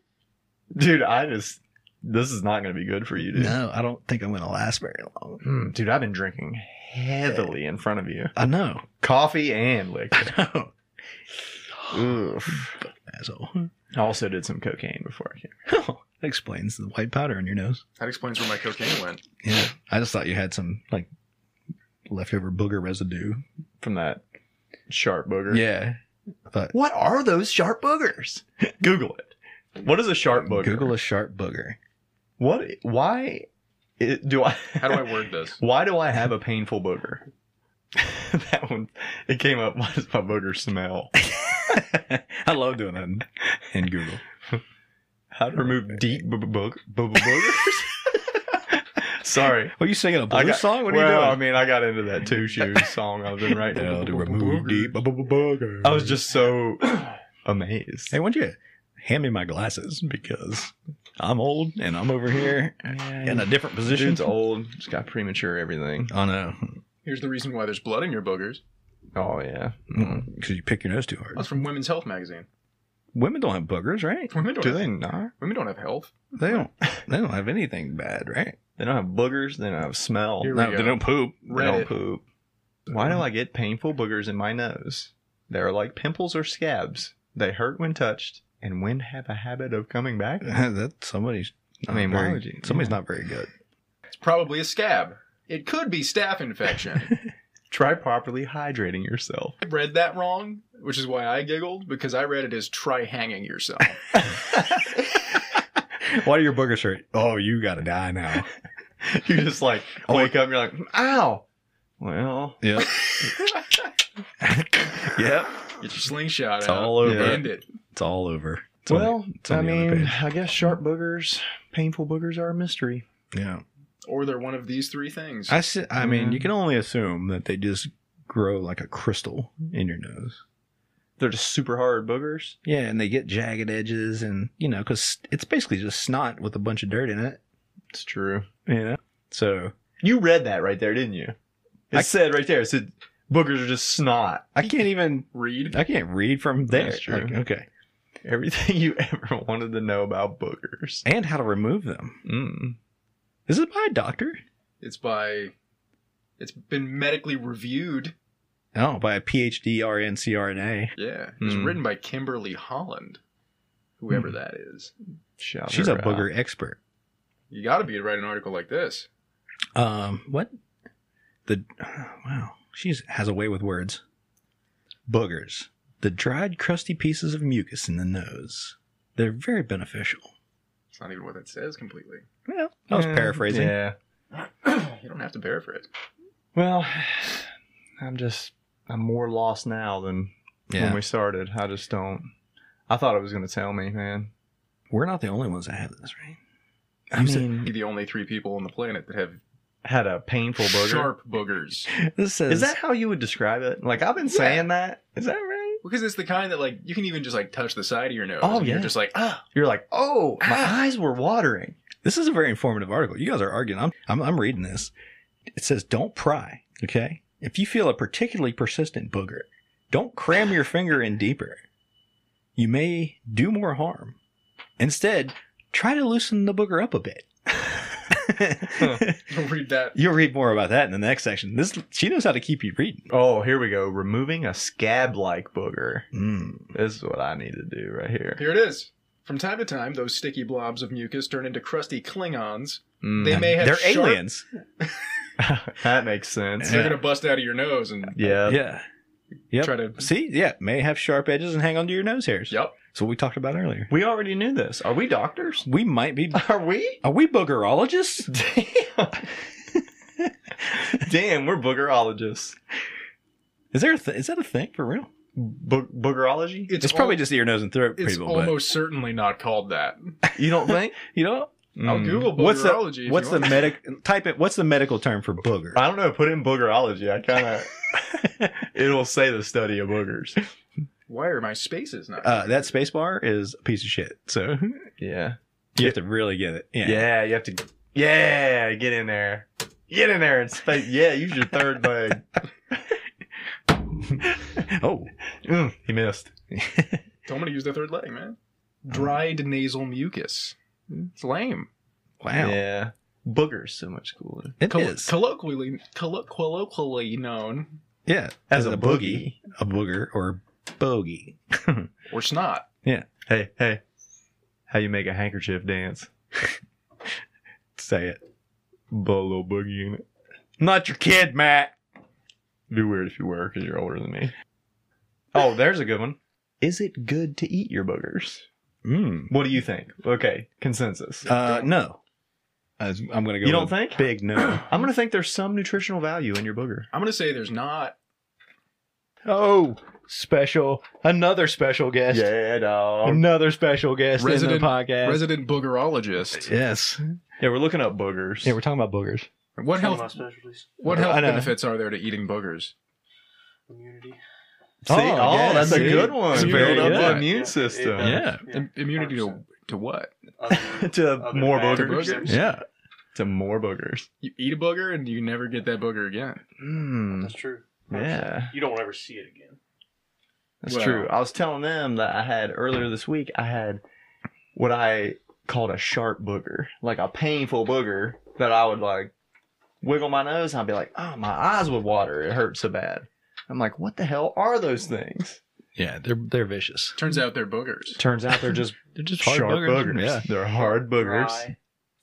[SPEAKER 2] Dude, I just this is not going to be good for you, dude.
[SPEAKER 3] No, I don't think I'm going to last very long.
[SPEAKER 2] Mm, dude, I've been drinking heavily in front of you,
[SPEAKER 3] I know.
[SPEAKER 2] coffee and liquor.
[SPEAKER 3] I know.
[SPEAKER 2] Oof.
[SPEAKER 3] Asshole.
[SPEAKER 2] I also did some cocaine before I came.
[SPEAKER 3] that explains the white powder in your nose.
[SPEAKER 4] That explains where my cocaine went.
[SPEAKER 3] Yeah. I just thought you had some like leftover booger residue.
[SPEAKER 2] from that sharp booger.
[SPEAKER 3] Yeah. But
[SPEAKER 2] What are those sharp boogers? Google it. What is a sharp booger?
[SPEAKER 3] Google a sharp booger.
[SPEAKER 2] What? Why i- do I?
[SPEAKER 4] How do I word this?
[SPEAKER 2] Why do I have a painful booger? that one. It came up. Why does my booger smell?
[SPEAKER 3] I love doing that in Google.
[SPEAKER 2] How to remove deep bo- bo- bo- bo- boogers? Sorry.
[SPEAKER 3] Are you singing a
[SPEAKER 2] I
[SPEAKER 3] blues
[SPEAKER 2] got-
[SPEAKER 3] song? What are
[SPEAKER 2] well,
[SPEAKER 3] you
[SPEAKER 2] I
[SPEAKER 3] doing?
[SPEAKER 2] mean, I got into that two shoes song I've been writing.
[SPEAKER 3] How to remove deep booger.
[SPEAKER 2] I was just so amazed.
[SPEAKER 3] Hey, why don't you hand me my glasses because I'm old and I'm over here in a different position.
[SPEAKER 2] Dude's old. Just got premature everything.
[SPEAKER 3] I know
[SPEAKER 4] Here's the reason why there's blood in your boogers.
[SPEAKER 2] Oh yeah.
[SPEAKER 3] because you pick your nose too hard.
[SPEAKER 4] That's from Women's Health magazine.
[SPEAKER 3] Women don't have boogers, right?
[SPEAKER 4] Women don't,
[SPEAKER 2] Do
[SPEAKER 4] have,
[SPEAKER 2] they not?
[SPEAKER 4] women don't have health.
[SPEAKER 3] They don't. They don't have anything bad, right?
[SPEAKER 2] They don't have boogers. They don't have smell.
[SPEAKER 4] Here we
[SPEAKER 3] No,
[SPEAKER 4] go.
[SPEAKER 3] they don't poop.
[SPEAKER 2] They don't
[SPEAKER 4] Reddit.
[SPEAKER 2] poop. Why do I get painful boogers in my nose? They are like pimples or scabs. They hurt when touched, and when have a habit of coming back.
[SPEAKER 3] that somebody's.
[SPEAKER 2] I mean, why
[SPEAKER 3] very-
[SPEAKER 2] would you-
[SPEAKER 3] somebody's
[SPEAKER 2] yeah.
[SPEAKER 3] not very good.
[SPEAKER 4] It's probably a scab. It could be staph infection.
[SPEAKER 2] Try properly hydrating yourself.
[SPEAKER 4] I read that wrong, which is why I giggled because I read it as try hanging yourself.
[SPEAKER 3] Why do your boogers hurt? Oh, you gotta die now.
[SPEAKER 2] You just like
[SPEAKER 4] Oh,
[SPEAKER 2] wake up. and You're like, ow. Well,
[SPEAKER 3] Yep. yep.
[SPEAKER 4] Get your slingshot
[SPEAKER 3] It's
[SPEAKER 4] out.
[SPEAKER 3] all over.
[SPEAKER 4] End it.
[SPEAKER 3] It's all over. It's on the-
[SPEAKER 2] well,
[SPEAKER 3] it's
[SPEAKER 2] I
[SPEAKER 3] on the other
[SPEAKER 2] mean,
[SPEAKER 3] page.
[SPEAKER 2] I guess sharp boogers, painful boogers are a mystery.
[SPEAKER 3] yeah.
[SPEAKER 4] Or they're one of these three things.
[SPEAKER 3] I, s- I mean, you can only assume that they just grow like a crystal in your nose.
[SPEAKER 2] They're just super hard boogers.
[SPEAKER 3] Yeah, and they get jagged edges, and you know, because it's basically just snot with a bunch of dirt in it.
[SPEAKER 2] It's true.
[SPEAKER 3] You know, so
[SPEAKER 2] You read that right there, didn't you? It
[SPEAKER 3] I-
[SPEAKER 2] said right there. It said boogers are just snot.
[SPEAKER 3] I can't even
[SPEAKER 4] Read.
[SPEAKER 3] I can't read from there.
[SPEAKER 2] That's true.
[SPEAKER 3] Like, okay,
[SPEAKER 2] Everything you ever wanted to know about boogers.
[SPEAKER 3] and how to remove them.
[SPEAKER 2] Mm.
[SPEAKER 3] Is it by a doctor?
[SPEAKER 4] It's by. It's been medically reviewed.
[SPEAKER 3] Oh, by a PhD RNCRNA.
[SPEAKER 4] Yeah. It was
[SPEAKER 2] Hmm.
[SPEAKER 4] written by Kimberly Holland, whoever that is.
[SPEAKER 2] Shout
[SPEAKER 3] She's a
[SPEAKER 2] her out.
[SPEAKER 3] booger expert.
[SPEAKER 4] You got to be to write an article like this.
[SPEAKER 3] Um, what? The wow, she has a way with words. Boogers, the dried, crusty pieces of mucus in the nose. They're very beneficial.
[SPEAKER 4] It's not even what that says completely.
[SPEAKER 3] Well, I was
[SPEAKER 2] Eh,
[SPEAKER 3] paraphrasing.
[SPEAKER 2] Yeah.
[SPEAKER 4] You don't have to paraphrase.
[SPEAKER 2] Well, I'm just I'm more lost now than
[SPEAKER 3] Yeah.
[SPEAKER 2] when we started. I just don't. I thought it was gonna tell me, man.
[SPEAKER 3] We're not the only ones that have this, right?
[SPEAKER 2] I
[SPEAKER 3] You said-
[SPEAKER 2] mean,
[SPEAKER 4] Be the only three people on the planet that have
[SPEAKER 2] had a painful booger.
[SPEAKER 4] sharp boogers.
[SPEAKER 3] This says
[SPEAKER 2] Is that how you would describe it? Like I've been saying that. Is that right?
[SPEAKER 4] Because it's the kind that like you can even just like touch the side of your nose.
[SPEAKER 2] Oh,
[SPEAKER 4] and
[SPEAKER 2] yeah.
[SPEAKER 4] You're just like ah.
[SPEAKER 2] You're like, oh, my
[SPEAKER 3] Ah.
[SPEAKER 2] eyes were watering.
[SPEAKER 3] This is a very informative article. You guys are arguing. I'm, I'm, I'm reading this. It says, don't pry, okay? If you feel a particularly persistent booger, don't cram your finger in deeper. You may do more harm. Instead, try to loosen the booger up a bit.
[SPEAKER 4] Read that.
[SPEAKER 3] You'll read more about that in the next section. This she knows how to keep you reading.
[SPEAKER 2] Oh, here we go. Removing a scab-like booger.
[SPEAKER 3] Mm.
[SPEAKER 2] This is what I need to do right here.
[SPEAKER 4] Here it is. From time to time, those sticky blobs of mucus turn into crusty Klingons.
[SPEAKER 2] Mm.
[SPEAKER 4] They may have
[SPEAKER 3] They're
[SPEAKER 4] sharp-
[SPEAKER 3] aliens.
[SPEAKER 2] that makes sense.
[SPEAKER 4] and They're gonna bust out of your nose and
[SPEAKER 2] Yeah.
[SPEAKER 3] Yeah. Yep.
[SPEAKER 4] try to.
[SPEAKER 3] See, yeah, may have sharp edges and hang onto your nose hairs.
[SPEAKER 4] Yep.
[SPEAKER 3] That's what we talked about earlier.
[SPEAKER 2] We already knew this. Are we doctors?
[SPEAKER 3] We might be.
[SPEAKER 2] Are we?
[SPEAKER 3] Are we boogerologists?
[SPEAKER 2] Damn. Damn, we're boogerologists.
[SPEAKER 3] Is there a th- is that a thing for real?
[SPEAKER 2] Bo- boogerology?
[SPEAKER 3] It's, probably
[SPEAKER 4] al-
[SPEAKER 3] just ear, nose, and throat
[SPEAKER 4] It's
[SPEAKER 3] people.
[SPEAKER 4] almost certainly not called that.
[SPEAKER 2] You don't think?
[SPEAKER 3] but you know
[SPEAKER 4] I'll
[SPEAKER 2] Mm.
[SPEAKER 4] Google
[SPEAKER 3] what's the
[SPEAKER 4] boogerology. if
[SPEAKER 3] what's
[SPEAKER 4] you
[SPEAKER 3] the
[SPEAKER 4] want.
[SPEAKER 3] medic type it? What's the medical term for booger?
[SPEAKER 2] I don't know. Put in boogerology. I kind of. it'll say the study of boogers.
[SPEAKER 4] Why are my spaces not?
[SPEAKER 3] Uh, that space bar is a piece of shit. So
[SPEAKER 2] Yeah.
[SPEAKER 3] you have to really get it. Yeah.
[SPEAKER 2] yeah. You have to. Yeah. Get in there. Get in there and space. Yeah. Use your third leg.
[SPEAKER 3] Oh,
[SPEAKER 2] Mm, he missed.
[SPEAKER 4] Don't want to use the third leg, man.
[SPEAKER 3] uh,
[SPEAKER 4] Dried nasal mucus. It's lame.
[SPEAKER 3] wow.
[SPEAKER 2] Yeah. Boogers so much cooler.
[SPEAKER 3] It
[SPEAKER 4] Col-
[SPEAKER 3] is.
[SPEAKER 4] colloquially collo- colloquially known
[SPEAKER 3] yeah.
[SPEAKER 2] As a
[SPEAKER 3] a booger, or bogey.
[SPEAKER 4] or snot.
[SPEAKER 2] Hey, hey. How you make a handkerchief dance?
[SPEAKER 3] Say it.
[SPEAKER 2] Put a little boogie in it.
[SPEAKER 3] Not your kid, Matt.
[SPEAKER 2] Be weird if you were, because you're older than me. Oh, there's a good one. Is it good to eat your boogers?
[SPEAKER 3] Mm.
[SPEAKER 2] What do you think? Okay, consensus.
[SPEAKER 3] Uh, no. I was- I'm gonna go.
[SPEAKER 2] You don't
[SPEAKER 3] with
[SPEAKER 2] think?
[SPEAKER 3] Big no.
[SPEAKER 2] I'm gonna think there's some nutritional value in your booger.
[SPEAKER 4] I'm gonna say there's not.
[SPEAKER 3] oh, special. Another special guest.
[SPEAKER 2] Yeah, dog.
[SPEAKER 3] Another special guest in
[SPEAKER 4] Resident-
[SPEAKER 3] the podcast.
[SPEAKER 4] Resident boogerologist.
[SPEAKER 3] yes.
[SPEAKER 2] Yeah, we're looking up boogers.
[SPEAKER 3] Yeah, we're talking about boogers.
[SPEAKER 4] What health?
[SPEAKER 7] specialties.
[SPEAKER 4] What
[SPEAKER 3] I
[SPEAKER 4] health
[SPEAKER 3] know.
[SPEAKER 4] benefits are there to eating boogers?
[SPEAKER 7] Immunity.
[SPEAKER 2] See, oh,
[SPEAKER 3] Oh, yeah,
[SPEAKER 2] that's
[SPEAKER 3] see?
[SPEAKER 2] a good one.
[SPEAKER 4] It's
[SPEAKER 3] very
[SPEAKER 2] Build up
[SPEAKER 3] good.
[SPEAKER 2] the immune system.
[SPEAKER 3] Yeah.
[SPEAKER 4] Im- immunity to to what?
[SPEAKER 2] to more boogers.
[SPEAKER 4] boogers.
[SPEAKER 3] Yeah.
[SPEAKER 2] To more boogers.
[SPEAKER 4] You eat a booger and you never get that booger again.
[SPEAKER 2] Mm,
[SPEAKER 7] That's true.
[SPEAKER 2] yeah,
[SPEAKER 7] You don't ever see it again.
[SPEAKER 2] that's
[SPEAKER 4] Well.
[SPEAKER 2] true. I was telling them that I had earlier this week. I had what I called a sharp booger, like a painful booger that I would like wiggle my nose. and I'd be like, oh, my eyes would water. It hurt so bad. I'm like, what the hell are those things?
[SPEAKER 3] Yeah, they're they're vicious.
[SPEAKER 4] Turns out they're boogers.
[SPEAKER 2] Turns out they're just
[SPEAKER 3] They're just hard
[SPEAKER 2] sharp boogers.
[SPEAKER 3] boogers. Yeah.
[SPEAKER 2] They're hard boogers.
[SPEAKER 7] Rye,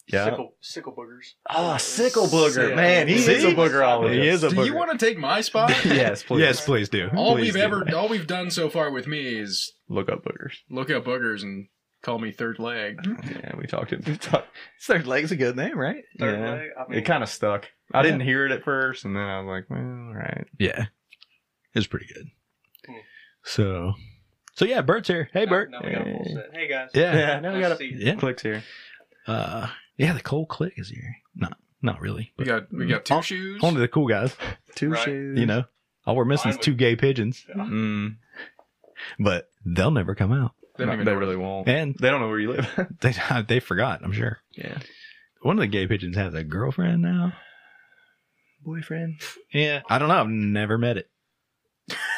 [SPEAKER 2] Yeah.
[SPEAKER 7] Sickle, sickle boogers.
[SPEAKER 2] Oh, sickle booger. Man, he
[SPEAKER 4] See?
[SPEAKER 2] is a boogerologist.
[SPEAKER 3] He is a
[SPEAKER 4] Do you
[SPEAKER 3] booger.
[SPEAKER 4] want to take my spot?
[SPEAKER 2] yes, please.
[SPEAKER 3] Yes, please do.
[SPEAKER 4] All
[SPEAKER 2] Please
[SPEAKER 4] we've
[SPEAKER 2] do.
[SPEAKER 4] ever, all we've done so far with me is
[SPEAKER 2] Look up boogers.
[SPEAKER 4] look up boogers and call me third leg.
[SPEAKER 2] Yeah, we talked. We talked.
[SPEAKER 3] Third leg's a good name, right?
[SPEAKER 7] Third
[SPEAKER 2] yeah.
[SPEAKER 7] leg. I mean,
[SPEAKER 2] It kind of stuck. I didn't hear it at first, and then I was like, well, all right.
[SPEAKER 3] Yeah. It's pretty good.
[SPEAKER 7] Cool.
[SPEAKER 3] So So yeah, Bert's here. Hey Bert.
[SPEAKER 7] Now we got a full
[SPEAKER 2] Hey.
[SPEAKER 7] set. Hey guys.
[SPEAKER 3] Yeah.
[SPEAKER 2] Yeah, now we
[SPEAKER 7] Nice
[SPEAKER 2] got
[SPEAKER 7] to see you.
[SPEAKER 3] Yeah.
[SPEAKER 2] clicks here.
[SPEAKER 3] Uh yeah, the cold click is here. Not not really.
[SPEAKER 4] We
[SPEAKER 3] But
[SPEAKER 4] got we got two
[SPEAKER 3] Oh,
[SPEAKER 4] shoes.
[SPEAKER 3] only the cool guys.
[SPEAKER 2] Two
[SPEAKER 7] Right.
[SPEAKER 2] shoes.
[SPEAKER 3] You know. All we're missing is
[SPEAKER 7] Mine
[SPEAKER 3] two gay pigeons.
[SPEAKER 2] Mm,
[SPEAKER 3] But they'll never come out.
[SPEAKER 2] they,
[SPEAKER 4] They don't even know.
[SPEAKER 2] really won't.
[SPEAKER 3] And
[SPEAKER 2] They don't know where you live.
[SPEAKER 3] they they forgot, I'm sure.
[SPEAKER 2] yeah.
[SPEAKER 3] One of the gay pigeons has a girlfriend now.
[SPEAKER 2] Boyfriend.
[SPEAKER 3] Yeah. I don't know. I've never met it.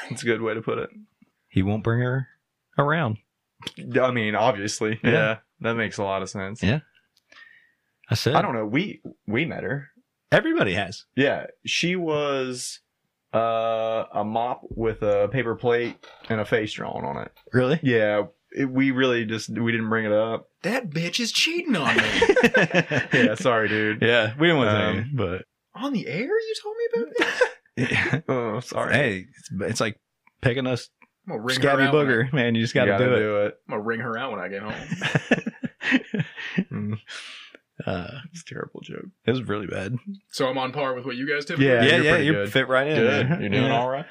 [SPEAKER 2] That's a good way to put it.
[SPEAKER 3] He won't bring her around.
[SPEAKER 2] I mean, obviously.
[SPEAKER 3] Yeah.
[SPEAKER 2] Yeah. That makes a lot of sense.
[SPEAKER 3] Yeah. I said
[SPEAKER 2] I don't know. We we met her.
[SPEAKER 3] everybody has.
[SPEAKER 2] Yeah, she was Uh, a mop with a paper plate and a face drawn on it.
[SPEAKER 3] Really?
[SPEAKER 2] Yeah, it, we really just we didn't bring it up.
[SPEAKER 4] That bitch is cheating on me.
[SPEAKER 2] yeah, sorry, dude.
[SPEAKER 3] Yeah, we didn't want to
[SPEAKER 2] Um,
[SPEAKER 3] say, but
[SPEAKER 4] on the air? You told me about that?
[SPEAKER 2] Oh, sorry.
[SPEAKER 3] hey, it's, it's like picking us
[SPEAKER 4] I'm gonna ring her
[SPEAKER 3] scabby
[SPEAKER 4] out. When I,
[SPEAKER 3] booger, man. You just got to do it.
[SPEAKER 4] am gonna ring her out when I get home.
[SPEAKER 2] Mm,
[SPEAKER 3] uh,
[SPEAKER 2] it's a terrible joke.
[SPEAKER 3] it was really bad.
[SPEAKER 4] So I'm on par with what you guys typically.
[SPEAKER 2] Yeah,
[SPEAKER 3] Yeah, yeah,
[SPEAKER 2] you're pretty
[SPEAKER 3] you
[SPEAKER 2] good.
[SPEAKER 3] fit right in.
[SPEAKER 2] Good.
[SPEAKER 3] there.
[SPEAKER 2] You're doing
[SPEAKER 3] Yeah.
[SPEAKER 2] all right.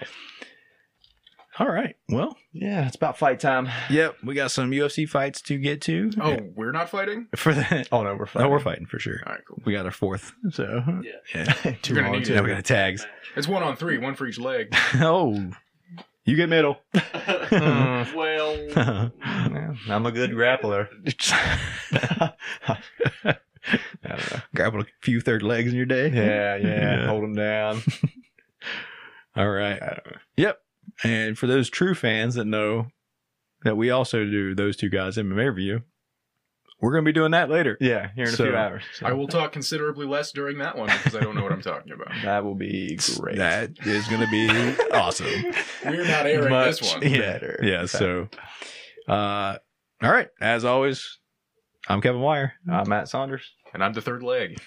[SPEAKER 3] All right. Well,
[SPEAKER 2] Yeah, it's about fight time.
[SPEAKER 3] yep. We got some UFC fights to get to.
[SPEAKER 4] Oh, we're not fighting.
[SPEAKER 3] for the
[SPEAKER 2] Oh no, we're
[SPEAKER 3] oh,
[SPEAKER 2] fighting.
[SPEAKER 3] we're fighting for sure.
[SPEAKER 4] All right, cool.
[SPEAKER 3] We got our fourth. So
[SPEAKER 7] Yeah.
[SPEAKER 3] yeah.
[SPEAKER 4] You're gonna need
[SPEAKER 3] Now we
[SPEAKER 4] it.
[SPEAKER 3] got tags.
[SPEAKER 4] It's one on three, one for each leg.
[SPEAKER 3] oh, you get middle.
[SPEAKER 2] Mm,
[SPEAKER 7] well,
[SPEAKER 2] yeah, I'm a good grappler. I don't know.
[SPEAKER 3] Grab a few third legs in your day.
[SPEAKER 2] Yeah, yeah,
[SPEAKER 3] Yeah.
[SPEAKER 2] Hold them down.
[SPEAKER 3] All right. Yep. And for those true fans that know that we also do those two guys MMA review, we're going to be doing that later.
[SPEAKER 2] Yeah, here in a
[SPEAKER 3] So,
[SPEAKER 2] few hours. So
[SPEAKER 4] I will talk considerably less during that one because I don't know what I'm talking about.
[SPEAKER 2] That will be great.
[SPEAKER 3] That is going to be awesome.
[SPEAKER 4] We're not airing
[SPEAKER 2] Much
[SPEAKER 4] this one.
[SPEAKER 2] better.
[SPEAKER 3] Yeah. So, uh, all right. As always, I'm Kevin Wire.
[SPEAKER 2] I'm Matt Saunders.
[SPEAKER 4] And I'm the third leg.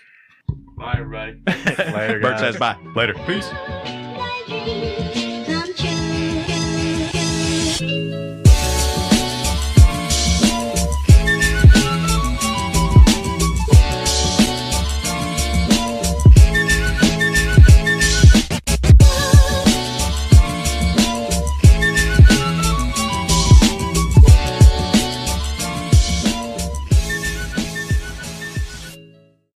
[SPEAKER 7] bye everybody.
[SPEAKER 2] Later,
[SPEAKER 3] Bert
[SPEAKER 2] guys.
[SPEAKER 3] says bye. Later.
[SPEAKER 4] Peace.
[SPEAKER 5] my dreams.